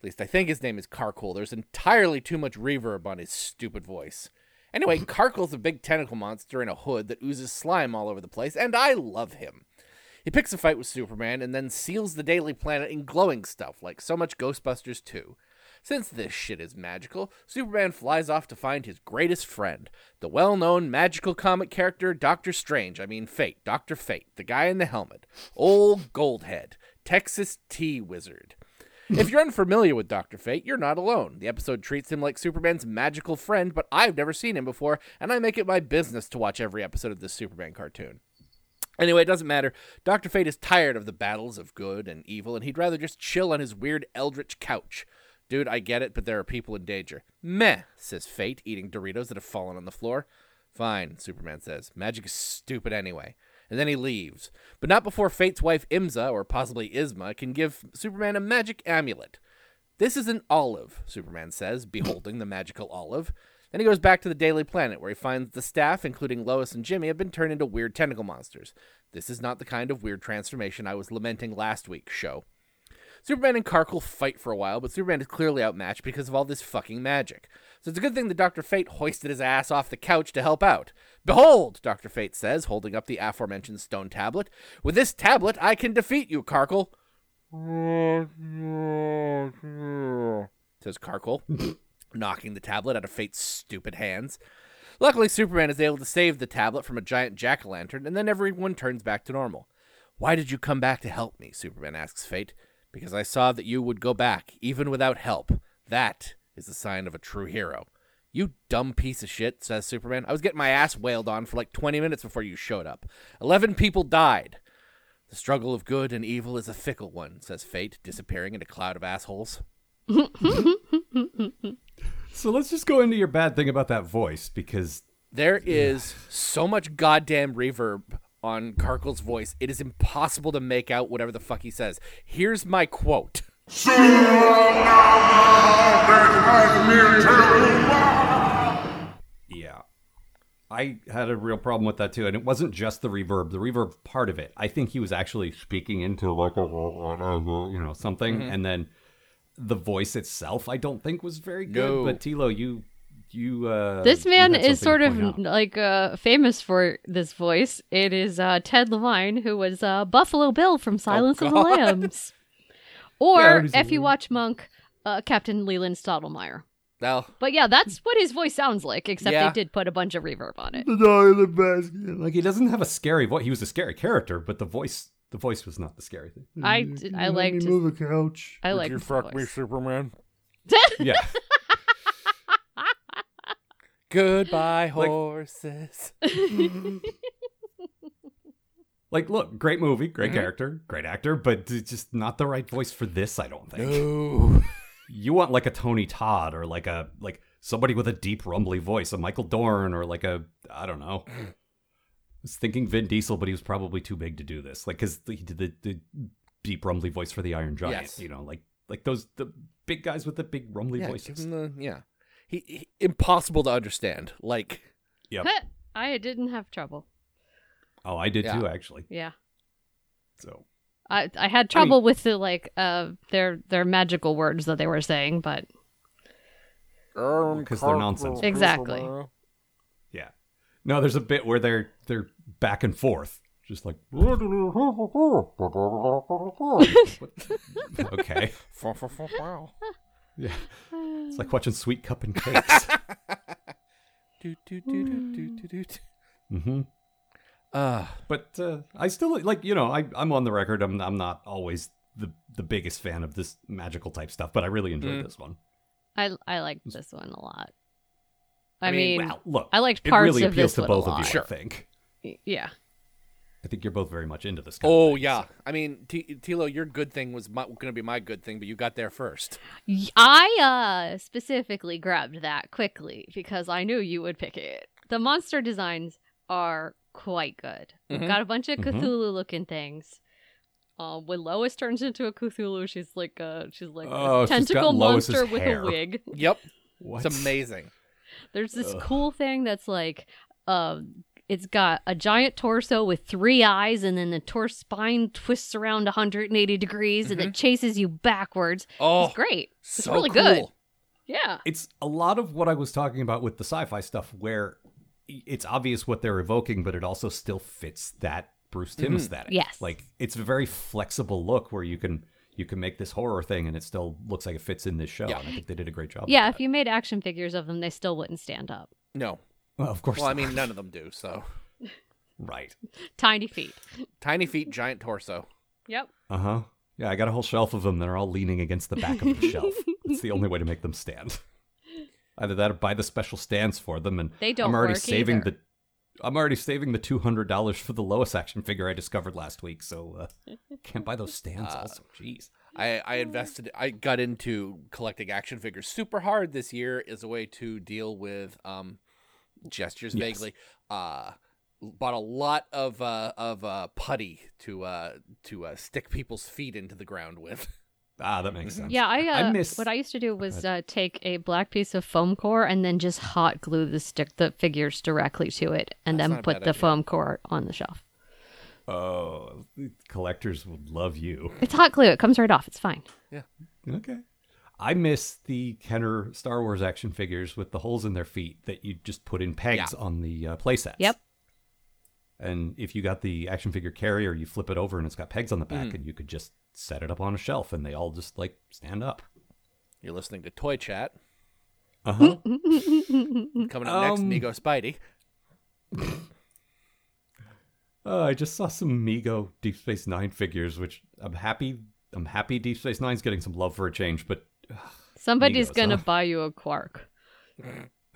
Speaker 4: At least I think his name is Karkle. There's entirely too much reverb on his stupid voice. Anyway, Karkle's a big tentacle monster in a hood that oozes slime all over the place, and I love him. He picks a fight with Superman and then seals the Daily Planet in glowing stuff, like so much Ghostbusters 2. Since this shit is magical, Superman flies off to find his greatest friend, the well known magical comic character Doctor Strange. I mean, Fate, Doctor Fate, the guy in the helmet, Old Goldhead, Texas Tea Wizard. If you're unfamiliar with Dr. Fate, you're not alone. The episode treats him like Superman's magical friend, but I've never seen him before, and I make it my business to watch every episode of this Superman cartoon. Anyway, it doesn't matter. Dr. Fate is tired of the battles of good and evil, and he'd rather just chill on his weird eldritch couch. Dude, I get it, but there are people in danger. Meh, says Fate, eating Doritos that have fallen on the floor. Fine, Superman says. Magic is stupid anyway. And then he leaves. But not before Fate's wife Imza, or possibly Isma, can give Superman a magic amulet. This is an olive, Superman says, beholding the magical olive. Then he goes back to the Daily Planet, where he finds the staff, including Lois and Jimmy, have been turned into weird tentacle monsters. This is not the kind of weird transformation I was lamenting last week's show. Superman and Karkle fight for a while, but Superman is clearly outmatched because of all this fucking magic. So it's a good thing that Dr. Fate hoisted his ass off the couch to help out. Behold, Dr. Fate says, holding up the aforementioned stone tablet. With this tablet, I can defeat you, Karkle. says Karkle, knocking the tablet out of Fate's stupid hands. Luckily, Superman is able to save the tablet from a giant jack o' lantern, and then everyone turns back to normal. Why did you come back to help me? Superman asks Fate. Because I saw that you would go back, even without help. That is the sign of a true hero. You dumb piece of shit, says Superman. I was getting my ass wailed on for like 20 minutes before you showed up. Eleven people died. The struggle of good and evil is a fickle one, says Fate, disappearing in a cloud of assholes.
Speaker 3: So let's just go into your bad thing about that voice because
Speaker 4: There is so much goddamn reverb on Karkle's voice, it is impossible to make out whatever the fuck he says. Here's my quote.
Speaker 3: yeah, I had a real problem with that too, and it wasn't just the reverb. The reverb part of it, I think he was actually speaking into like a you know something, and then the voice itself, I don't think was very good.
Speaker 4: No.
Speaker 3: But Tilo, you you uh,
Speaker 2: This
Speaker 3: you
Speaker 2: man
Speaker 3: had
Speaker 2: is sort
Speaker 3: something to
Speaker 2: of
Speaker 3: point out.
Speaker 2: like uh, famous for this voice. It is uh, Ted Levine, who was uh, Buffalo Bill from Silence of the
Speaker 4: God.
Speaker 2: Lambs,
Speaker 3: Yeah,
Speaker 2: or
Speaker 3: he's a
Speaker 2: if you
Speaker 3: little-
Speaker 2: watch Monk, uh, Captain Leland Stottlemyre.
Speaker 4: Now,
Speaker 2: But yeah, that's what his voice sounds like. Except
Speaker 4: Yeah.
Speaker 2: they did put a bunch of reverb on it.
Speaker 3: like he doesn't have a scary voice. He was a scary character, but the voice the voice was not the scary thing.
Speaker 2: I d- I liked. Move a couch. I liked. his voice.
Speaker 4: Superman?
Speaker 3: Yeah,
Speaker 4: Goodbye, horses.
Speaker 3: like look, great movie, great
Speaker 4: Mm-hmm.
Speaker 3: character, great actor, but d- just not the right voice for this. I don't think.
Speaker 4: No.
Speaker 3: you want like a Tony Todd or like a like somebody with a deep rumbly voice, a Michael Dorn or like a I don't know. I was thinking Vin Diesel, but he was probably too big to do this, like because he did the, the deep rumbly voice for the Iron Giant.
Speaker 4: Yes.
Speaker 3: You know, like like those the big guys with the big rumbly
Speaker 4: Yeah, give
Speaker 3: voices.
Speaker 4: him the, yeah. He, he- impossible to understand. Like
Speaker 3: Yep.
Speaker 2: I didn't have trouble.
Speaker 3: Oh, I did
Speaker 4: Yeah.
Speaker 3: too actually.
Speaker 2: Yeah,
Speaker 3: So
Speaker 2: I I had trouble with the like uh their their magical words that they were saying, but
Speaker 3: because they're nonsense.
Speaker 2: exactly.
Speaker 3: Yeah. No, there's a bit where they're they're back and forth, just like okay. Yeah.
Speaker 2: uh,
Speaker 3: It's like watching Sweet Cup and Cakes.
Speaker 4: Do, do, do, do, do, do, do.
Speaker 3: hmm
Speaker 4: Uh,
Speaker 3: But uh, I still like you know I I'm on the record I'm I'm not always the the biggest fan of this magical type stuff, but I really enjoyed
Speaker 4: Mm.
Speaker 3: this one.
Speaker 2: I I liked this one a lot. I,
Speaker 4: I mean,
Speaker 2: mean,
Speaker 3: Wow, look,
Speaker 2: I liked
Speaker 3: it
Speaker 2: parts
Speaker 3: really
Speaker 2: of
Speaker 3: appeals
Speaker 2: this
Speaker 3: to
Speaker 2: one a
Speaker 3: both of you.
Speaker 2: lot.
Speaker 3: I
Speaker 4: Sure.
Speaker 3: think.
Speaker 2: y- yeah.
Speaker 3: I think you're both very much into this. Kind of
Speaker 4: oh
Speaker 3: thing,
Speaker 4: yeah.
Speaker 3: so-
Speaker 4: I mean, T- Tilo, your good thing was my, gonna be my good thing, but you got there first.
Speaker 2: Y- I uh, specifically grabbed that quickly because I knew you would pick it. The monster designs are quite good.
Speaker 4: Mhm.
Speaker 2: We've got a bunch of
Speaker 3: Mhm.
Speaker 2: Cthulhu looking things. Uh, when Lois turns into a Cthulhu, she's like a she's like a
Speaker 3: Oh, she's got
Speaker 2: tentacle
Speaker 3: Lois's
Speaker 2: monster with
Speaker 3: hair.
Speaker 2: a wig.
Speaker 4: Yep.
Speaker 3: What?
Speaker 4: It's amazing.
Speaker 2: There's this
Speaker 3: Ugh.
Speaker 2: cool thing that's like, um, it's got a giant torso with three eyes, and then the torso spine twists around 180 degrees, and it chases you backwards.
Speaker 4: Oh,
Speaker 2: it's great.
Speaker 4: so
Speaker 2: really
Speaker 4: cool.
Speaker 2: good. Yeah.
Speaker 3: It's a lot of what I was talking about with the sci-fi stuff, where i- it's obvious what they're evoking, but it also still fits that Bruce Tim
Speaker 4: Mhm.
Speaker 3: aesthetic.
Speaker 2: Yes.
Speaker 3: like it's a very flexible look where you can you can make this horror thing, and it still looks like it fits in this show.
Speaker 4: Yeah.
Speaker 3: And I think they did a great job. with
Speaker 2: Yeah.
Speaker 3: that.
Speaker 2: If you made action figures of them, they still wouldn't stand up.
Speaker 4: No.
Speaker 3: well, of course.
Speaker 4: Well, I
Speaker 3: not.
Speaker 4: mean, none of them do. So,
Speaker 3: right.
Speaker 2: Tiny feet.
Speaker 4: tiny feet, giant torso.
Speaker 2: Yep.
Speaker 3: Uh huh. Yeah, I got a whole shelf of them that are all leaning against the back of the shelf. It's the only way to make them stand. Either that or buy the special stands for them, and
Speaker 2: They don't
Speaker 3: I'm already
Speaker 2: work
Speaker 3: saving
Speaker 2: either.
Speaker 3: the. I'm already saving the two hundred dollars for the lowest action figure I discovered last week, so uh, can't buy those stands. also, jeez.
Speaker 4: I, I invested I got into collecting action figures super hard this year as a way to deal with um gestures
Speaker 3: Yes.
Speaker 4: vaguely. Uh bought a lot of uh of uh putty to uh to uh stick people's feet into the ground with.
Speaker 3: Ah, that makes sense.
Speaker 2: Yeah, I, uh,
Speaker 3: I miss.
Speaker 2: what I used to do was uh, take a black piece of foam core and then just hot glue the stick the figures directly to it, and
Speaker 4: That's not
Speaker 2: then
Speaker 4: a
Speaker 2: put
Speaker 4: bad
Speaker 2: the
Speaker 4: idea.
Speaker 2: foam core on the shelf.
Speaker 3: oh, collectors would love you.
Speaker 2: It's hot glue; it comes right off. It's fine.
Speaker 3: Okay. I miss the Kenner Star Wars action figures with the holes in their feet that you just put in pegs on the uh, playsets.
Speaker 2: Yep.
Speaker 3: And if you got the action figure carrier, you flip it over and it's got pegs on the back, and you could just set it up on a shelf, and they all just like stand up.
Speaker 4: You're listening to Toy Chat.
Speaker 3: Uh huh.
Speaker 4: Coming up next,
Speaker 3: Um,
Speaker 4: Migo Spidey.
Speaker 3: uh, I just saw some Mego Deep Space Nine figures, which I'm happy. I'm happy Deep Space Nine's getting some love for a change, but
Speaker 2: Somebody's
Speaker 3: Migos,
Speaker 2: gonna
Speaker 3: huh?
Speaker 2: buy you a quark.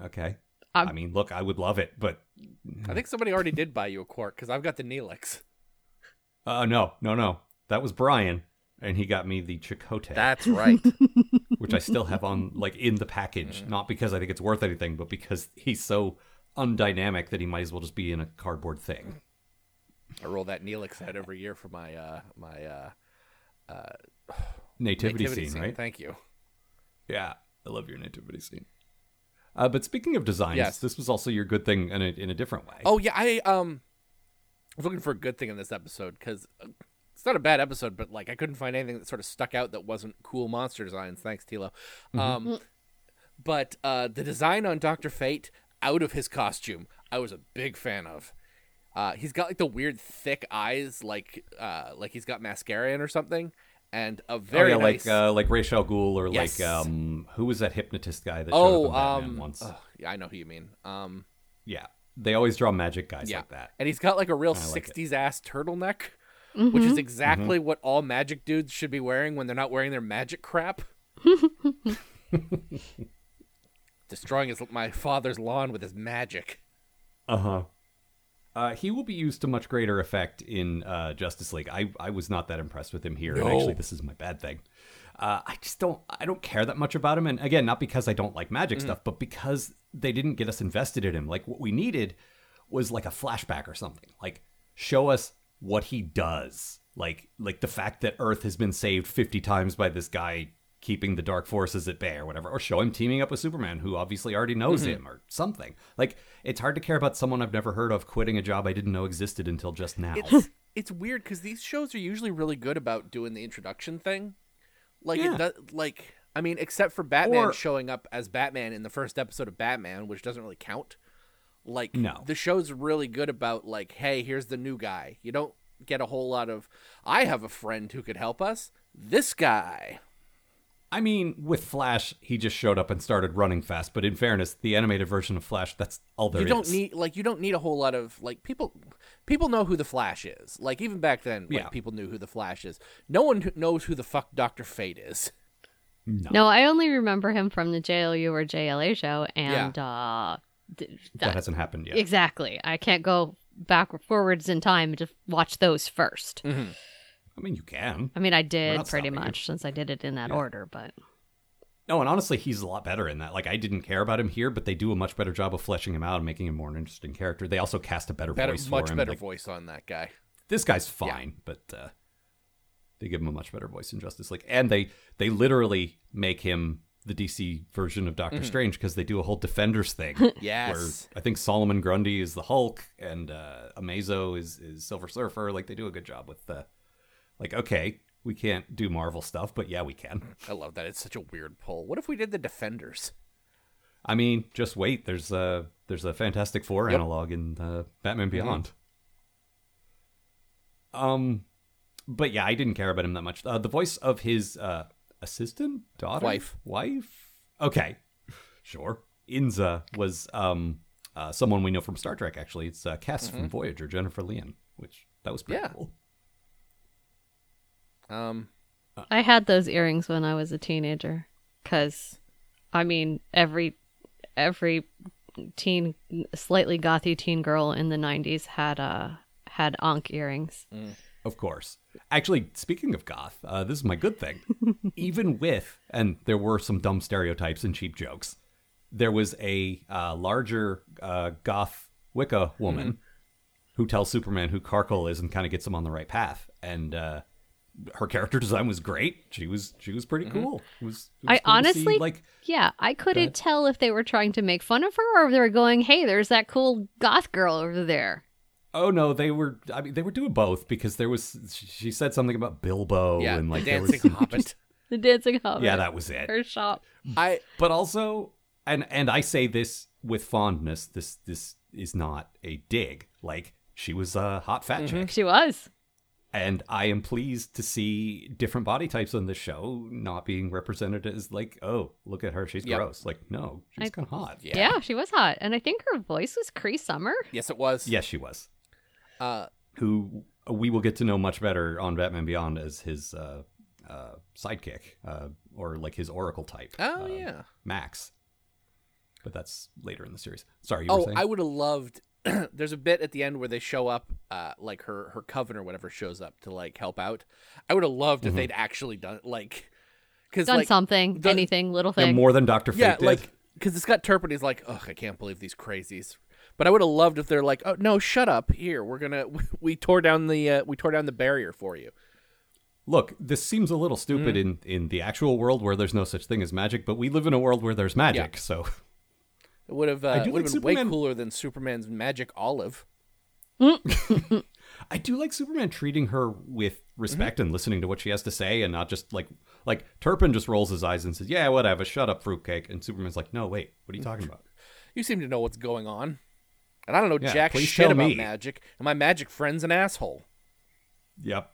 Speaker 3: okay.
Speaker 2: I'm-
Speaker 3: I mean, look, I would love it, but
Speaker 4: I think somebody already did buy you a quark because I've got the Neelix.
Speaker 3: uh, no, no, no. That was Brian, and he got me the Chakotay.
Speaker 4: That's right.
Speaker 3: which I still have on like in the package, not because I think it's worth anything, but because he's so undynamic that he might as well just be in a cardboard thing.
Speaker 4: I roll that Neelix out every year for my uh my uh
Speaker 3: Nativity,
Speaker 4: nativity
Speaker 3: scene,
Speaker 4: scene.
Speaker 3: right?
Speaker 4: Thank you.
Speaker 3: Yeah, I love your nativity scene. Uh, but speaking of designs,
Speaker 4: Yes.
Speaker 3: this was also your good thing in a, in a different way.
Speaker 4: Oh yeah, I um was looking for a good thing in this episode because it's not a bad episode, but like I couldn't find anything that sort of stuck out that wasn't cool monster designs. Thanks, Tilo.
Speaker 3: Mm-hmm.
Speaker 4: Um, but uh, the design on Doctor Fate out of his costume, I was a big fan of. Uh, he's got like the weird thick eyes, like uh, like he's got mascara in or something, and a very
Speaker 3: Oh, yeah,
Speaker 4: nice.
Speaker 3: like uh, like Ra's al Ghul or
Speaker 4: Yes.
Speaker 3: like um, who was that hypnotist guy that showed up
Speaker 4: oh,
Speaker 3: in Batman
Speaker 4: um,
Speaker 3: once?
Speaker 4: ugh, yeah, I know who you mean. Um,
Speaker 3: yeah, they always draw magic guys
Speaker 4: Yeah.
Speaker 3: like that.
Speaker 4: and he's got like a real
Speaker 3: I like it. Mm-hmm.
Speaker 4: 60s ass turtleneck which is exactly what all magic dudes should be wearing when they're not wearing their magic crap destroying his, my father's lawn with his magic
Speaker 3: Uh-huh. Uh He will be used to much greater effect in uh, Justice League. I I was not that impressed with him here. And
Speaker 4: No.
Speaker 3: actually, this is my bad thing. Uh, I just don't I don't care that much about him. And again, not because I don't like magic stuff, but because they didn't get us invested in him. Like what we needed was like a flashback or something. Like show us what he does. Like like the fact that Earth has been saved fifty times by this guy keeping the dark forces at bay or whatever or show him teaming up with superman who obviously already knows him or something like it's hard to care about someone i've never heard of quitting a job i didn't know existed until just now
Speaker 4: it's it's weird because these shows are usually really good about doing the introduction thing like
Speaker 3: Yeah.
Speaker 4: it does like i mean except for batman
Speaker 3: Or-
Speaker 4: showing up as batman in the first episode of batman which doesn't really count like
Speaker 3: No.
Speaker 4: the show's really good about like hey here's the new guy you don't get a whole lot of i have a friend who could help us this guy
Speaker 3: I mean, with Flash, he just showed up and started running fast. But in fairness, the animated version of Flash, that's all there
Speaker 4: you
Speaker 3: is.
Speaker 4: don't need like you don't need a whole lot of like people people know who the flash is like even back then like,
Speaker 3: Yeah.
Speaker 4: people knew who the flash is no one who- knows who the fuck dr fate is
Speaker 3: No.
Speaker 2: No, I only remember him from the JLU or JLA show, and uh, th-
Speaker 3: that
Speaker 2: that-
Speaker 3: hasn't happened yet.
Speaker 2: exactly. I can't go back or forwards in time to watch those first.
Speaker 3: I mean, you can.
Speaker 2: I mean, I
Speaker 3: We're
Speaker 2: did
Speaker 3: Mm-hmm. not
Speaker 2: pretty
Speaker 3: stopping you.
Speaker 2: much since I did it in that order, but
Speaker 3: No, and honestly, he's a lot better in that. Like, I didn't care about him here, but they do a much better job of fleshing him out and making him more an interesting character. They also cast a better,
Speaker 4: Better,
Speaker 3: voice
Speaker 4: much
Speaker 3: for him.
Speaker 4: better
Speaker 3: Like,
Speaker 4: voice on that guy.
Speaker 3: This guy's fine, but uh, they give him a much better voice in Justice League, and they they literally make him the DC version of Doctor Strange because they do a whole Defenders thing. where
Speaker 4: Yes.
Speaker 3: I think Solomon Grundy is the Hulk and uh, Amazo is is Silver Surfer. Like, they do a good job with the like. Okay, we can't do Marvel stuff, but yeah, we can.
Speaker 4: I love that. It's such a weird pull. What if we did the Defenders?
Speaker 3: I mean, just wait. There's a there's a Fantastic Four analog in uh,
Speaker 4: Mm-hmm.
Speaker 3: Batman Beyond. Um, but yeah, I didn't care about him that much. Uh, the voice of his uh, assistant, daughter,
Speaker 4: Wife.
Speaker 3: wife. Okay, sure. Inza was um uh, someone we know from Star Trek. Actually, it's uh, Cass from Voyager, Jennifer Leon, which that was pretty
Speaker 4: Mm-hmm. Yeah.
Speaker 3: cool.
Speaker 4: Um,
Speaker 3: Uh.
Speaker 2: I had those earrings when I was a teenager cuz I mean every every teen slightly gothy teen girl in the 90s had uh had onk earrings.
Speaker 3: Of course. Actually, speaking of goth, uh, this is my good thing. Even with, and there were some dumb stereotypes and cheap jokes, there was a uh, larger uh, goth Wicca woman who tells Superman who Karkle is and kind of gets him on the right path. And uh, her character design was great. She was she was pretty cool. It was,
Speaker 2: I
Speaker 3: it was cool to see,
Speaker 2: honestly
Speaker 3: like
Speaker 2: Yeah, I couldn't tell if they were trying to make fun of her or if they were going, "Hey, there's that cool goth girl over there."
Speaker 3: Oh no, they were. I mean, they were doing both because there was. She she said something about Bilbo
Speaker 4: yeah,
Speaker 3: Oh, and like
Speaker 4: the
Speaker 3: there was
Speaker 4: Dancing
Speaker 3: some-
Speaker 4: Hobbit.
Speaker 2: The dancing hobbit.
Speaker 3: yeah, that was it.
Speaker 2: her shop.
Speaker 4: I
Speaker 3: but also and and i say this with fondness this this is not a dig like she was a hot fat
Speaker 4: Mm-hmm.
Speaker 3: chick
Speaker 2: She was.
Speaker 3: and i am pleased to see different body types on the show not being represented as like oh look at her she's
Speaker 4: Yep.
Speaker 3: gross like no she's
Speaker 2: I-
Speaker 3: kind of hot
Speaker 4: yeah.
Speaker 2: Yeah. she was hot, and I think her voice was Cree Summer.
Speaker 4: Yes, it was.
Speaker 3: yes she was
Speaker 4: Uh,
Speaker 3: who we will get to know much better on batman beyond as his uh uh sidekick uh or like his oracle type
Speaker 4: oh
Speaker 3: uh,
Speaker 4: yeah.
Speaker 3: max but that's later in the series sorry you were
Speaker 4: Oh,
Speaker 3: saying
Speaker 4: I would have loved. there's a bit at the end where they show up, uh, like her her coven or whatever shows up to like help out. I would have loved
Speaker 3: Mm-hmm.
Speaker 4: if they'd actually done like, because
Speaker 2: Done
Speaker 4: like
Speaker 2: something,
Speaker 4: the-
Speaker 2: anything, little
Speaker 3: Yeah,
Speaker 2: thing.
Speaker 3: more than dr fate
Speaker 4: yeah,
Speaker 3: did.
Speaker 4: like because it's got Turpin. He's like, ugh, I can't believe these crazies. But I would have loved if they're like, oh no, shut up. Here, we're gonna we tore down the uh, we tore down the barrier for you.
Speaker 3: look, this seems a little stupid in in the actual world where there's no such thing as magic, but we live in a world where there's magic. So
Speaker 4: It would have
Speaker 3: I
Speaker 4: uh,
Speaker 3: do
Speaker 4: would have been
Speaker 3: think
Speaker 4: way
Speaker 3: Superman-
Speaker 4: cooler than Superman's magic olive.
Speaker 3: I do like Superman treating her with respect
Speaker 4: Mm-hmm.
Speaker 3: and listening to what she has to say, and not just like like Turpin just rolls his eyes and says, "Yeah, whatever, shut up, fruitcake." And Superman's like, "No, wait, what are you talking about?"
Speaker 4: You seem to know what's going on, and I don't know
Speaker 3: Yeah,
Speaker 4: jack
Speaker 3: please
Speaker 4: shit
Speaker 3: tell
Speaker 4: about
Speaker 3: me.
Speaker 4: magic. And my magic friend's an asshole.
Speaker 3: Yep.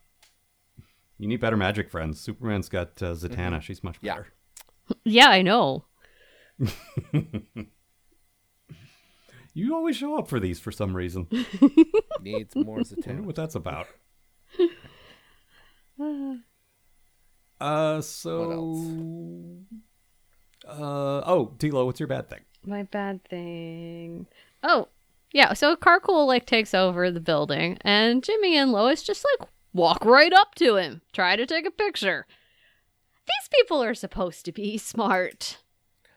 Speaker 3: You need better magic friends. Superman's got uh, Zatanna. She's much
Speaker 4: Mm-hmm. Yeah.
Speaker 3: better.
Speaker 2: Yeah, I know.
Speaker 3: You always show up for these for some reason. I
Speaker 4: Needs more
Speaker 3: wonder
Speaker 4: Zatanna.
Speaker 3: what that's about. Uh, so
Speaker 4: What else?
Speaker 3: Uh oh, D'Lo, what's your bad thing?
Speaker 2: My bad thing. Oh, yeah. So Carcool like takes over the building, and Jimmy and Lois just like walk right up to him, try to take a picture. These people are supposed to be smart.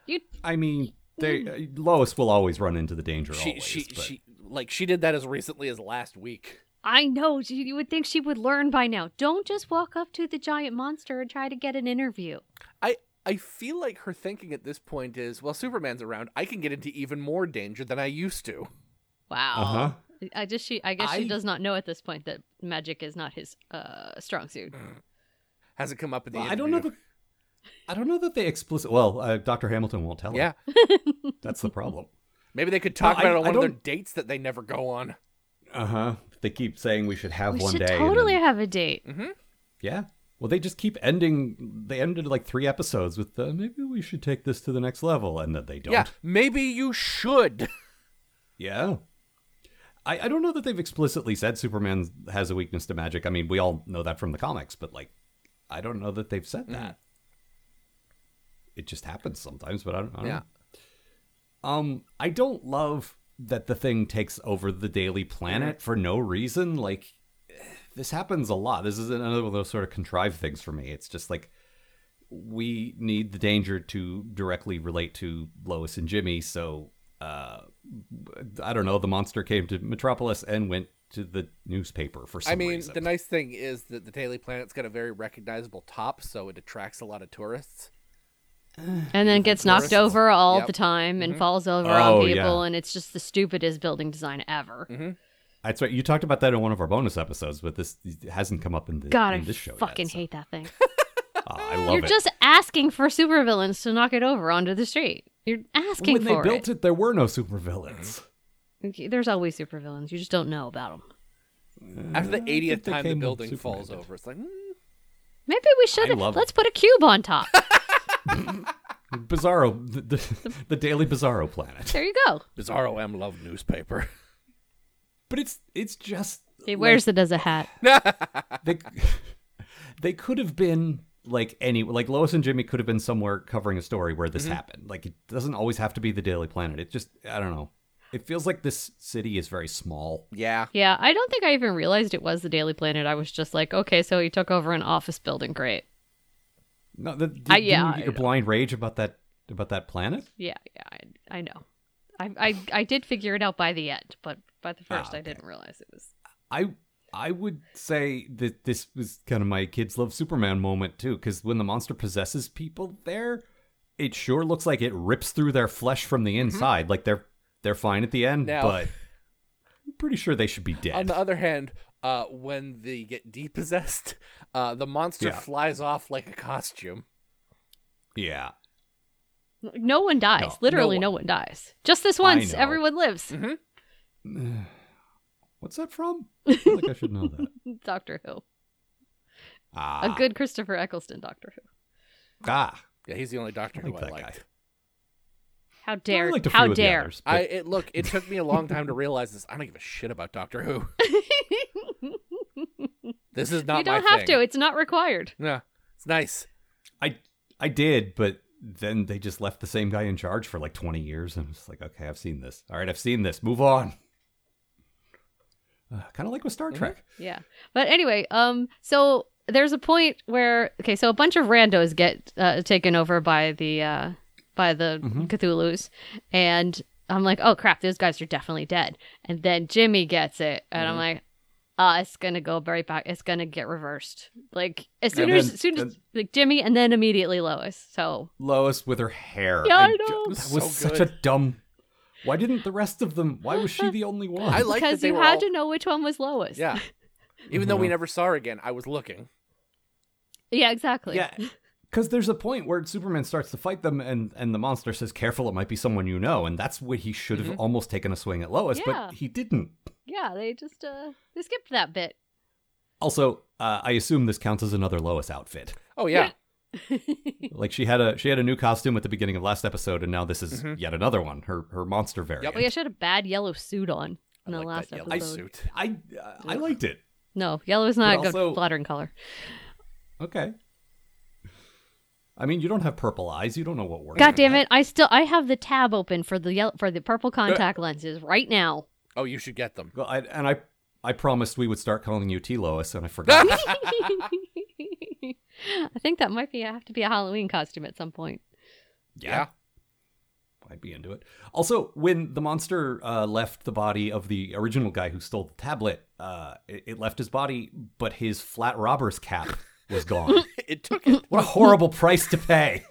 Speaker 2: You
Speaker 3: I mean, they uh, Lois will always run into the danger.
Speaker 4: Mm. She
Speaker 3: always,
Speaker 4: she
Speaker 3: but-
Speaker 4: she like she did that as recently as last week.
Speaker 2: I know. You you would think she would learn by now. Don't just walk up to the giant monster and try to get an interview.
Speaker 4: I I feel like her thinking at this point is, well, Superman's around. I can get into even more danger than I used to.
Speaker 2: Wow.
Speaker 3: Uh-huh.
Speaker 2: I just she I guess she
Speaker 4: I-
Speaker 2: does not know at this point that magic is not his uh strong suit.
Speaker 4: Hasn't come up in the.
Speaker 3: Well, I don't know
Speaker 4: interview.
Speaker 3: that. I don't know that they explicit. Well, uh, Doctor Hamilton won't tell. her.
Speaker 4: Yeah,
Speaker 3: that's the problem.
Speaker 4: maybe they could talk
Speaker 3: I-
Speaker 4: about it
Speaker 3: I
Speaker 4: on one of their
Speaker 3: don't-
Speaker 4: dates that they never go on.
Speaker 3: Uh huh. They keep saying we should have
Speaker 2: We
Speaker 3: one
Speaker 2: should
Speaker 3: day. and
Speaker 2: totally
Speaker 3: then-
Speaker 2: have a date.
Speaker 3: yeah. Well, they just keep ending. They ended like three episodes with uh, maybe we should take this to the next level, and then they don't.
Speaker 4: Yeah, maybe you should.
Speaker 3: Yeah. I, I don't know that they've explicitly said Superman has a weakness to magic. I mean, we all know that from the comics, but like, I don't know that they've said that. It just happens sometimes, but I don't, I don't
Speaker 4: Yeah.
Speaker 3: know. Um, I don't love that the thing takes over the Daily Planet for no reason. Like, this happens a lot. This is another one of those sort of contrived things for me. It's just like we need the danger to directly relate to Lois and Jimmy. So uh, I don't know. The monster came to Metropolis and went to the newspaper for some
Speaker 4: I mean,
Speaker 3: reason.
Speaker 4: the nice thing is that the Daily Planet's got a very recognizable top, so it attracts a lot of tourists.
Speaker 2: And then gets knocked
Speaker 4: tourists.
Speaker 2: over all
Speaker 4: Yep.
Speaker 2: the time and falls over
Speaker 3: Oh,
Speaker 2: on
Speaker 3: yeah.
Speaker 2: people, and it's just the stupidest building design ever.
Speaker 3: That's right. You talked about that in one of our bonus episodes, but this hasn't come up in the
Speaker 2: God, I
Speaker 3: in this show.
Speaker 2: fucking
Speaker 3: yet, so-
Speaker 2: hate that thing.
Speaker 3: Ah, I love
Speaker 2: You're
Speaker 3: it.
Speaker 2: just asking for supervillains to knock it over onto the street. You're asking
Speaker 3: when they
Speaker 2: for
Speaker 3: built it. there were no supervillains.
Speaker 2: Okay, There's always supervillains. You just don't know about them.
Speaker 4: After the
Speaker 3: Uh, I think
Speaker 4: 80th
Speaker 3: they
Speaker 4: time the
Speaker 3: came
Speaker 4: building
Speaker 3: Superman
Speaker 4: falls
Speaker 3: did.
Speaker 4: over, it's like, mm,
Speaker 2: Maybe we should.
Speaker 3: love-
Speaker 2: Let's put a cube on top.
Speaker 3: Bizarro, the, the, the Daily Bizarro Planet.
Speaker 2: there you go.
Speaker 4: Bizarro M Love newspaper.
Speaker 3: But it's it's just
Speaker 2: He wears it as a hat.
Speaker 3: they they could have been like any like Lois and Jimmy could have been somewhere covering a story where
Speaker 2: Mm-hmm.
Speaker 3: this happened. Like it doesn't always have to be the Daily Planet. It just I don't know. It feels like this city is very small.
Speaker 4: yeah.
Speaker 2: Yeah, I don't think I even realized it was the Daily Planet. I was just like, okay, so he took over an office building. Great.
Speaker 3: No, the,
Speaker 2: I-
Speaker 3: didn't you
Speaker 2: yeah,
Speaker 3: get
Speaker 2: I
Speaker 3: your blind rage about that about that planet.
Speaker 2: Yeah, yeah, I, I know. I, I I did figure it out by the end, but by the
Speaker 3: Ah,
Speaker 2: first, I
Speaker 3: okay.
Speaker 2: didn't realize it was.
Speaker 3: I I would say that this was kind of my kids love Superman moment too, because when the monster possesses people there, it sure looks like it rips through their flesh from the
Speaker 2: Mm-hmm.
Speaker 3: inside. Like they're they're fine at the end,
Speaker 4: Now-
Speaker 3: but I'm pretty sure they should be
Speaker 4: On
Speaker 3: dead.
Speaker 4: the other hand, uh, when they get depossessed, uh, the monster
Speaker 3: Yeah.
Speaker 4: flies off like a costume.
Speaker 3: yeah.
Speaker 2: No one dies.
Speaker 3: No,
Speaker 2: Literally,
Speaker 3: no
Speaker 2: no one. dies. Just this
Speaker 3: I
Speaker 2: once,
Speaker 3: know. Mm-hmm.
Speaker 2: everyone lives.
Speaker 3: What's that from? I feel like I should know that.
Speaker 2: Doctor Who,
Speaker 3: Ah,
Speaker 2: a good Christopher Eccleston Doctor Who.
Speaker 3: ah.
Speaker 4: Yeah, he's the only doctor
Speaker 3: I like
Speaker 4: who I
Speaker 3: that
Speaker 4: liked.
Speaker 3: guy.
Speaker 2: How dare?
Speaker 3: I liked a few
Speaker 2: how
Speaker 3: of the
Speaker 2: dare?
Speaker 3: others, but
Speaker 4: I it, look. It took me a long time to realize this. I don't give a shit about Doctor Who. This is not.
Speaker 2: you don't
Speaker 4: my
Speaker 2: have
Speaker 4: thing.
Speaker 2: to. It's not required.
Speaker 4: No, it's nice.
Speaker 3: I I did, but then they just left the same guy in charge for like 20 years. And it's like, okay, I've seen this. All right, I've seen this. Move on. Uh, kind of like with Star Trek.
Speaker 2: Yeah. But anyway, um, so there's a point where okay, so a bunch of randos get uh, taken over by the uh, by the
Speaker 4: Mm-hmm.
Speaker 2: Cthulhu's, and I'm like, oh crap, those guys are definitely dead. And then Jimmy gets it, and
Speaker 4: Mm-hmm.
Speaker 2: I'm like, ah, it's gonna go right back. It's gonna get reversed. Like as soon
Speaker 3: And
Speaker 2: as
Speaker 3: then-
Speaker 2: as soon as
Speaker 3: and-
Speaker 2: like Jimmy, and then immediately Lois. So
Speaker 3: Lois with her hair.
Speaker 2: Yeah, I
Speaker 3: ju-
Speaker 2: know.
Speaker 3: That was
Speaker 4: So
Speaker 3: such
Speaker 4: good.
Speaker 3: a dumb. Why didn't the rest of them? Why was she the only one?
Speaker 4: I like
Speaker 2: because
Speaker 4: that they
Speaker 2: you
Speaker 4: were
Speaker 2: had
Speaker 4: all-
Speaker 2: to know which one was Lois.
Speaker 4: Yeah. Even though we never saw her again, I was looking.
Speaker 2: Yeah. Exactly.
Speaker 3: Yeah. Because there's a point where Superman starts to fight them, and, and the monster says, Careful, it might be someone you know. And that's where he should
Speaker 4: Mm-hmm.
Speaker 3: have almost taken a swing at Lois,
Speaker 2: Yeah.
Speaker 3: but he didn't.
Speaker 2: Yeah. They just uh they skipped that bit.
Speaker 3: Also, uh, I assume this counts as another Lois outfit.
Speaker 4: Oh yeah.
Speaker 3: Like she had a she had a new costume at the beginning of last episode, and now this is yet another one. Her her monster variant.
Speaker 2: Oh yeah, she had a bad yellow suit on in the
Speaker 4: I like
Speaker 2: last
Speaker 4: that yellow
Speaker 2: episode.
Speaker 4: suit.
Speaker 3: I uh, I liked it.
Speaker 2: No, yellow is not
Speaker 3: But
Speaker 2: a
Speaker 3: also-
Speaker 2: good flattering color.
Speaker 3: Okay. I mean, you don't have purple eyes. You don't know what works.
Speaker 2: God damn it! I still I have the tab open for the yellow, for the purple contact lenses right now.
Speaker 4: Oh, you should get them.
Speaker 3: Well, I, and I I promised we would start calling you T Lois, and I forgot.
Speaker 2: I think that might be have to be a Halloween costume at some point.
Speaker 4: Yeah.
Speaker 3: I'd be into it. Also, when the monster uh, left the body of the original guy who stole the tablet, uh, it, it left his body, but his flat robber's cap was gone.
Speaker 4: It took it.
Speaker 3: What a horrible price to pay.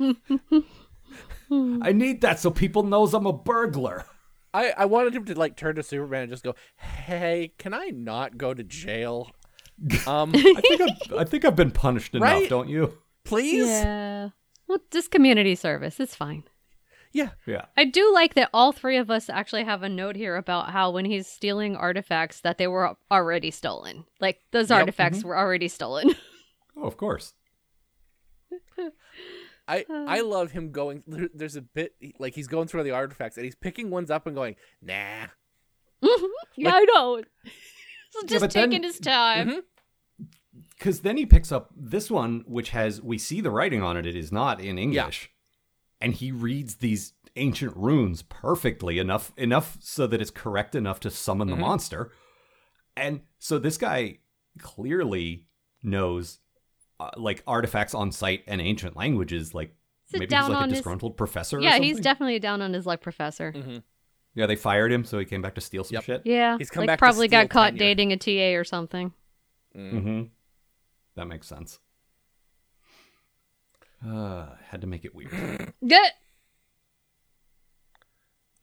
Speaker 3: I need that so people knows I'm a burglar.
Speaker 4: I, I wanted him to like turn to Superman and just go, "Hey, can I not go to jail? Um,
Speaker 3: I think I've, I think I've been punished enough,
Speaker 4: Right?
Speaker 3: don't you?
Speaker 4: please."
Speaker 2: Yeah. Well, just community service. It's fine.
Speaker 4: Yeah.
Speaker 3: Yeah.
Speaker 2: I do like that all three of us actually have a note here about how when he's stealing artifacts that they were already stolen. Like those
Speaker 4: Yep, Mm-hmm.
Speaker 2: artifacts were already stolen.
Speaker 3: Oh, of course.
Speaker 4: I
Speaker 2: Uh.
Speaker 4: I love him going. there- There's a bit like he's going through all the artifacts and he's picking ones up and going, "Nah."
Speaker 2: yeah, I know. So just
Speaker 3: but then- Mm-hmm.
Speaker 2: taking his time.
Speaker 3: Because then he picks up this one, which has we see the writing on it. It is not in English, and he reads these ancient runes perfectly enough enough so that it's correct enough to summon the monster. And so this guy clearly knows uh, like artifacts on site and ancient languages. Like
Speaker 2: Sit
Speaker 3: maybe
Speaker 2: down
Speaker 3: he's like
Speaker 2: on
Speaker 3: a
Speaker 2: his-
Speaker 3: disgruntled professor. or
Speaker 2: Yeah, he's
Speaker 3: something? Mm.
Speaker 2: definitely down on his luck, Professor.
Speaker 3: yeah. They fired him, so he came back to steal some
Speaker 4: Yep.
Speaker 3: shit.
Speaker 2: Yeah,
Speaker 4: He's come
Speaker 2: like
Speaker 4: back to
Speaker 2: probably
Speaker 4: steal
Speaker 2: got caught
Speaker 4: tenure.
Speaker 2: dating a TA or something.
Speaker 4: Mm.
Speaker 3: Mm-hmm. That makes sense. Uh, had to make it weird.
Speaker 2: Yeah.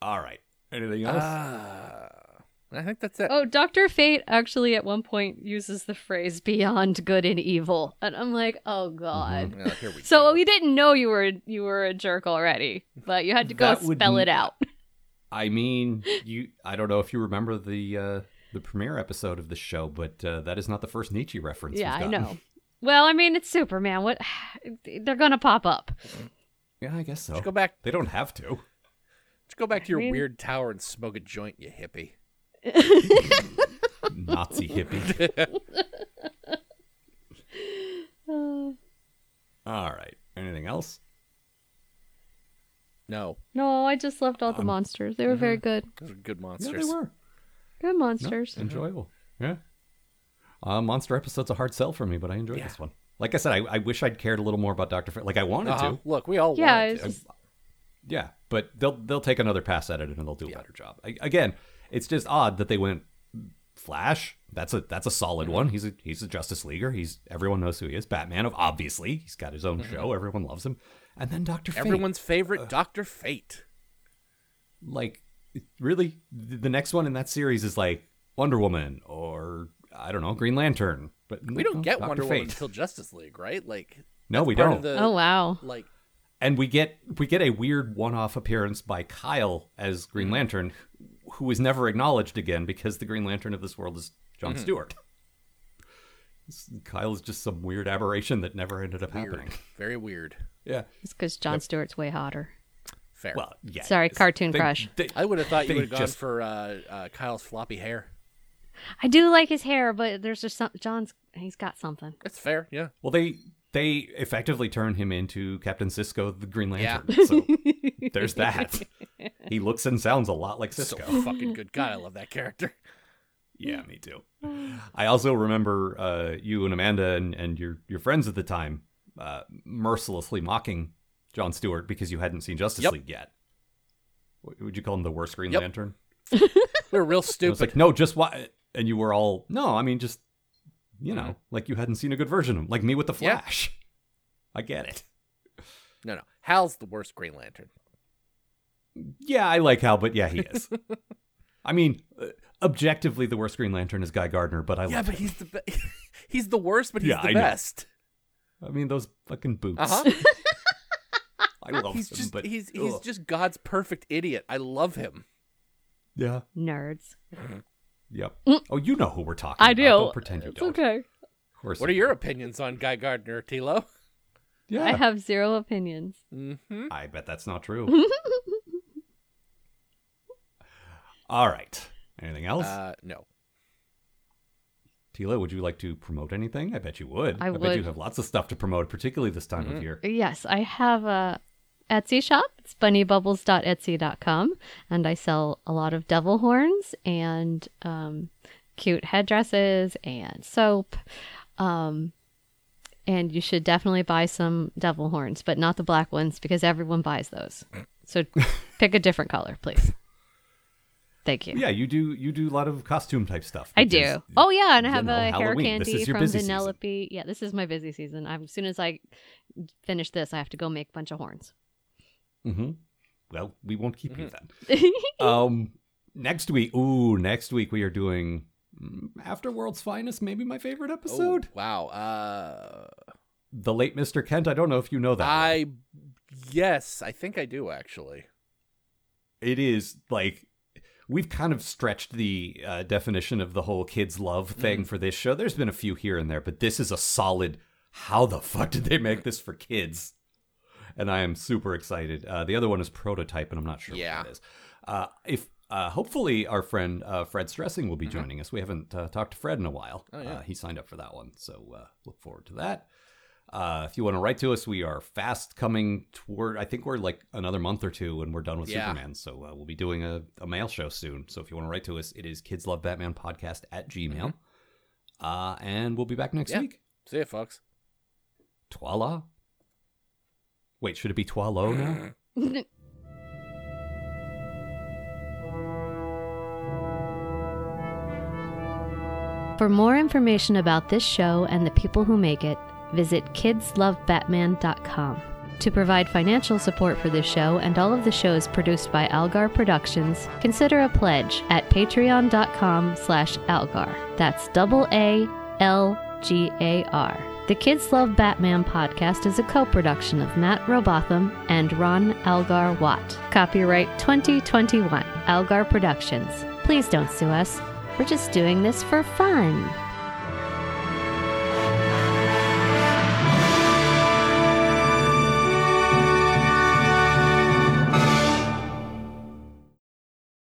Speaker 3: All right. Uh, Anything else?
Speaker 4: Ah. I think that's it.
Speaker 2: Oh, Doctor Fate actually at one point uses the phrase "beyond good and evil," and I'm like, oh
Speaker 3: Mm-hmm.
Speaker 2: god.
Speaker 4: Yeah, here we
Speaker 2: So
Speaker 4: go.
Speaker 2: we didn't know you were you were a jerk already, but you had to go
Speaker 3: That would
Speaker 2: spell
Speaker 3: n-
Speaker 2: it out.
Speaker 3: I mean, you. I don't know if you remember the uh, the premiere episode of the show, but uh, that is not the first Nietzsche reference.
Speaker 2: Yeah,
Speaker 3: we've
Speaker 2: I
Speaker 3: gotten.
Speaker 2: know. Well, I mean, it's Superman. What they're gonna pop up.
Speaker 3: Yeah, I guess so.
Speaker 4: Just go back.
Speaker 3: They don't have to.
Speaker 4: Just go back to your
Speaker 2: mean-
Speaker 4: weird tower and smoke a joint, you hippie.
Speaker 3: Nazi hippie.
Speaker 2: Uh,
Speaker 3: All right. Anything else?
Speaker 4: No,
Speaker 2: no, I just loved
Speaker 3: Um,
Speaker 2: all the monsters. They were very
Speaker 3: mm-hmm.
Speaker 2: good.
Speaker 4: those are good
Speaker 3: Yeah,
Speaker 4: monsters.
Speaker 3: they were
Speaker 2: Good
Speaker 3: No,
Speaker 4: Uh-huh.
Speaker 2: monsters.
Speaker 3: enjoyable. Yeah. Uh, monster episode's a hard sell for me, but I enjoyed
Speaker 4: Yeah.
Speaker 3: this one. Like I said, I, I wish I'd cared a little more about Doctor Fate. Like I wanted
Speaker 4: Uh-huh.
Speaker 3: to.
Speaker 4: Look, we all
Speaker 2: Yeah,
Speaker 4: wanted
Speaker 2: it's
Speaker 4: to.
Speaker 2: just-
Speaker 3: Yeah, but they'll they'll take another pass at it and they'll do a better job. I, again, it's just odd that they went Flash. That's a that's a solid
Speaker 4: Mm-hmm.
Speaker 3: one. He's a he's a Justice Leaguer. He's everyone knows who he is. Batman, of obviously, he's got his own
Speaker 4: Mm-hmm.
Speaker 3: show. Everyone loves him. And then Doctor Fate.
Speaker 4: Everyone's favorite Doctor Fate.
Speaker 3: like really th- the next one in that series is like Wonder Woman or I don't know Green Lantern. But
Speaker 4: We don't get
Speaker 3: Dr.
Speaker 4: Wonder Woman
Speaker 3: Fate.
Speaker 4: until Justice League, right? Like
Speaker 3: no, we
Speaker 4: part
Speaker 3: don't.
Speaker 4: of the
Speaker 2: Oh wow.
Speaker 4: like
Speaker 3: and we get we get a weird one-off appearance by Kyle as Green
Speaker 4: Mm-hmm.
Speaker 3: Lantern, who is never acknowledged again because the Green Lantern of this world is John
Speaker 4: Mm-hmm.
Speaker 3: Stewart. S- Kyle is just some weird aberration that never ended up
Speaker 4: weird,
Speaker 3: happening.
Speaker 4: very weird.
Speaker 3: Yeah.
Speaker 2: It's because John Stewart's way hotter.
Speaker 4: Fair.
Speaker 3: Well, yeah.
Speaker 2: Sorry,
Speaker 3: it's-
Speaker 2: Cartoon Crush.
Speaker 3: they-
Speaker 4: I would have thought you
Speaker 3: they
Speaker 4: would have gone
Speaker 3: just-
Speaker 4: for uh, uh, Kyle's floppy hair.
Speaker 2: I do like his hair, but there's just some John's. He's got something.
Speaker 4: That's fair. Yeah.
Speaker 3: Well, they they effectively turn him into Captain Cisco, the Green
Speaker 4: Yeah.
Speaker 3: Lantern. So there's that. He looks and sounds a lot like Cisco.
Speaker 4: So fucking good. God, I love that character.
Speaker 3: Yeah, me too. I also remember uh, you and Amanda and, and your your friends at the time uh, mercilessly mocking John Stewart because you hadn't seen Justice
Speaker 4: Yep.
Speaker 3: League yet. W- Would you call him the worst Green
Speaker 4: Yep.
Speaker 3: Lantern?
Speaker 4: They're real
Speaker 3: And I was
Speaker 4: stupid.
Speaker 3: like, no, just why? And you were all, no, I mean, just you know, like you hadn't seen a good version of him, like me with the
Speaker 4: Mm-hmm. Yeah.
Speaker 3: Flash. I get it.
Speaker 4: no, no. Hal's the worst Green Lantern.
Speaker 3: Yeah, I like Hal, but yeah, he is. I mean, uh, objectively, the worst Green Lantern is Guy Gardner, but I
Speaker 4: yeah,
Speaker 3: love
Speaker 4: but
Speaker 3: him.
Speaker 4: he's the be- he's the worst, but he's
Speaker 3: Yeah,
Speaker 4: the
Speaker 3: I know.
Speaker 4: best.
Speaker 3: I mean, those fucking boots.
Speaker 4: Uh huh.
Speaker 3: I love
Speaker 4: he's
Speaker 3: him,
Speaker 4: just
Speaker 3: but
Speaker 4: he's he's
Speaker 3: ugh.
Speaker 4: just God's perfect idiot. I love him.
Speaker 3: yeah,
Speaker 2: Nerds.
Speaker 3: yep. Oh, you know who we're talking.
Speaker 2: Mm. I
Speaker 3: about.
Speaker 2: do.
Speaker 3: Don't pretend you
Speaker 2: It's
Speaker 3: don't.
Speaker 2: okay.
Speaker 3: Of course.
Speaker 4: What are
Speaker 3: you
Speaker 4: your
Speaker 3: do.
Speaker 4: opinions on Guy Gardner, Tilo?
Speaker 3: Yeah,
Speaker 2: I have zero opinions.
Speaker 4: Mm-hmm.
Speaker 3: I bet that's not true. All right. Anything else?
Speaker 4: Uh, no.
Speaker 3: Tila, would you like to promote anything? I bet you would.
Speaker 2: I
Speaker 3: bet you
Speaker 2: would.
Speaker 3: have lots of stuff to promote, particularly this time
Speaker 4: Mm-hmm.
Speaker 3: of year.
Speaker 2: Yes, I have a Etsy shop. It's bunnybubbles.etsy.com, and I sell a lot of devil horns and um, cute headdresses and soap. Um, and you should definitely buy some devil horns, but not the black ones because everyone buys those. So pick a different color, please. Thank you.
Speaker 3: Yeah, you do. You do a lot of costume type stuff.
Speaker 2: I
Speaker 3: which is-
Speaker 2: do. Oh yeah, and I
Speaker 3: you
Speaker 2: have
Speaker 3: know,
Speaker 2: a hair
Speaker 3: Halloween. This
Speaker 2: candy
Speaker 3: is your
Speaker 2: from
Speaker 3: busy season.
Speaker 2: Vanellope. Yeah, this is my busy season. I'm, as soon as I finish this, I have to go make a bunch of horns.
Speaker 3: Mm-hmm. Well, we won't keep you
Speaker 4: Mm-hmm.
Speaker 3: then. um, next week, ooh, next week we are doing mm, After World's Finest, maybe my favorite
Speaker 4: Oh,
Speaker 3: episode,
Speaker 4: wow. Uh,
Speaker 3: the late Mr. Kent. I don't know if you know that. one.
Speaker 4: I yes, I think I do actually.
Speaker 3: It is like we've kind of stretched the uh, definition of the whole kids love
Speaker 4: Mm-hmm.
Speaker 3: thing for this show. There's been a few here and there, but this is a solid. How the fuck did they make this for kids? And I am super excited. Uh, the other one is prototype, and I'm not sure
Speaker 4: Yeah.
Speaker 3: what that is. Uh, if uh, hopefully our friend uh, Fred Stressing will be joining us. We haven't uh, talked to Fred in a while.
Speaker 4: Mm-hmm. Oh, yeah.
Speaker 3: uh, he signed up for that one, so uh, look forward to that. Uh, if you want to write to us, we are fast coming toward. I think we're like another month or two, and we're done with
Speaker 4: Yeah.
Speaker 3: Superman. So uh, we'll be doing a, a mail show soon. So if you want to write to us, it is kidslovebatmanpodcast at gmail. Uh, and we'll be back next
Speaker 4: Mm-hmm. Yeah.
Speaker 3: week.
Speaker 4: See ya, folks.
Speaker 3: Twala? Wait, should it be Twalo now?
Speaker 2: For more information about this show and the people who make it, visit kidslovebatman.com. To provide financial support for this show and all of the shows produced by Algar Productions, consider a pledge at patreon.com slash algar. That's double A L G A R. The Kids Love Batman podcast is a co production of Matt Robotham and Ron Algar Watt. Copyright 2021, Algar Productions. Please don't sue us. We're just doing this for fun.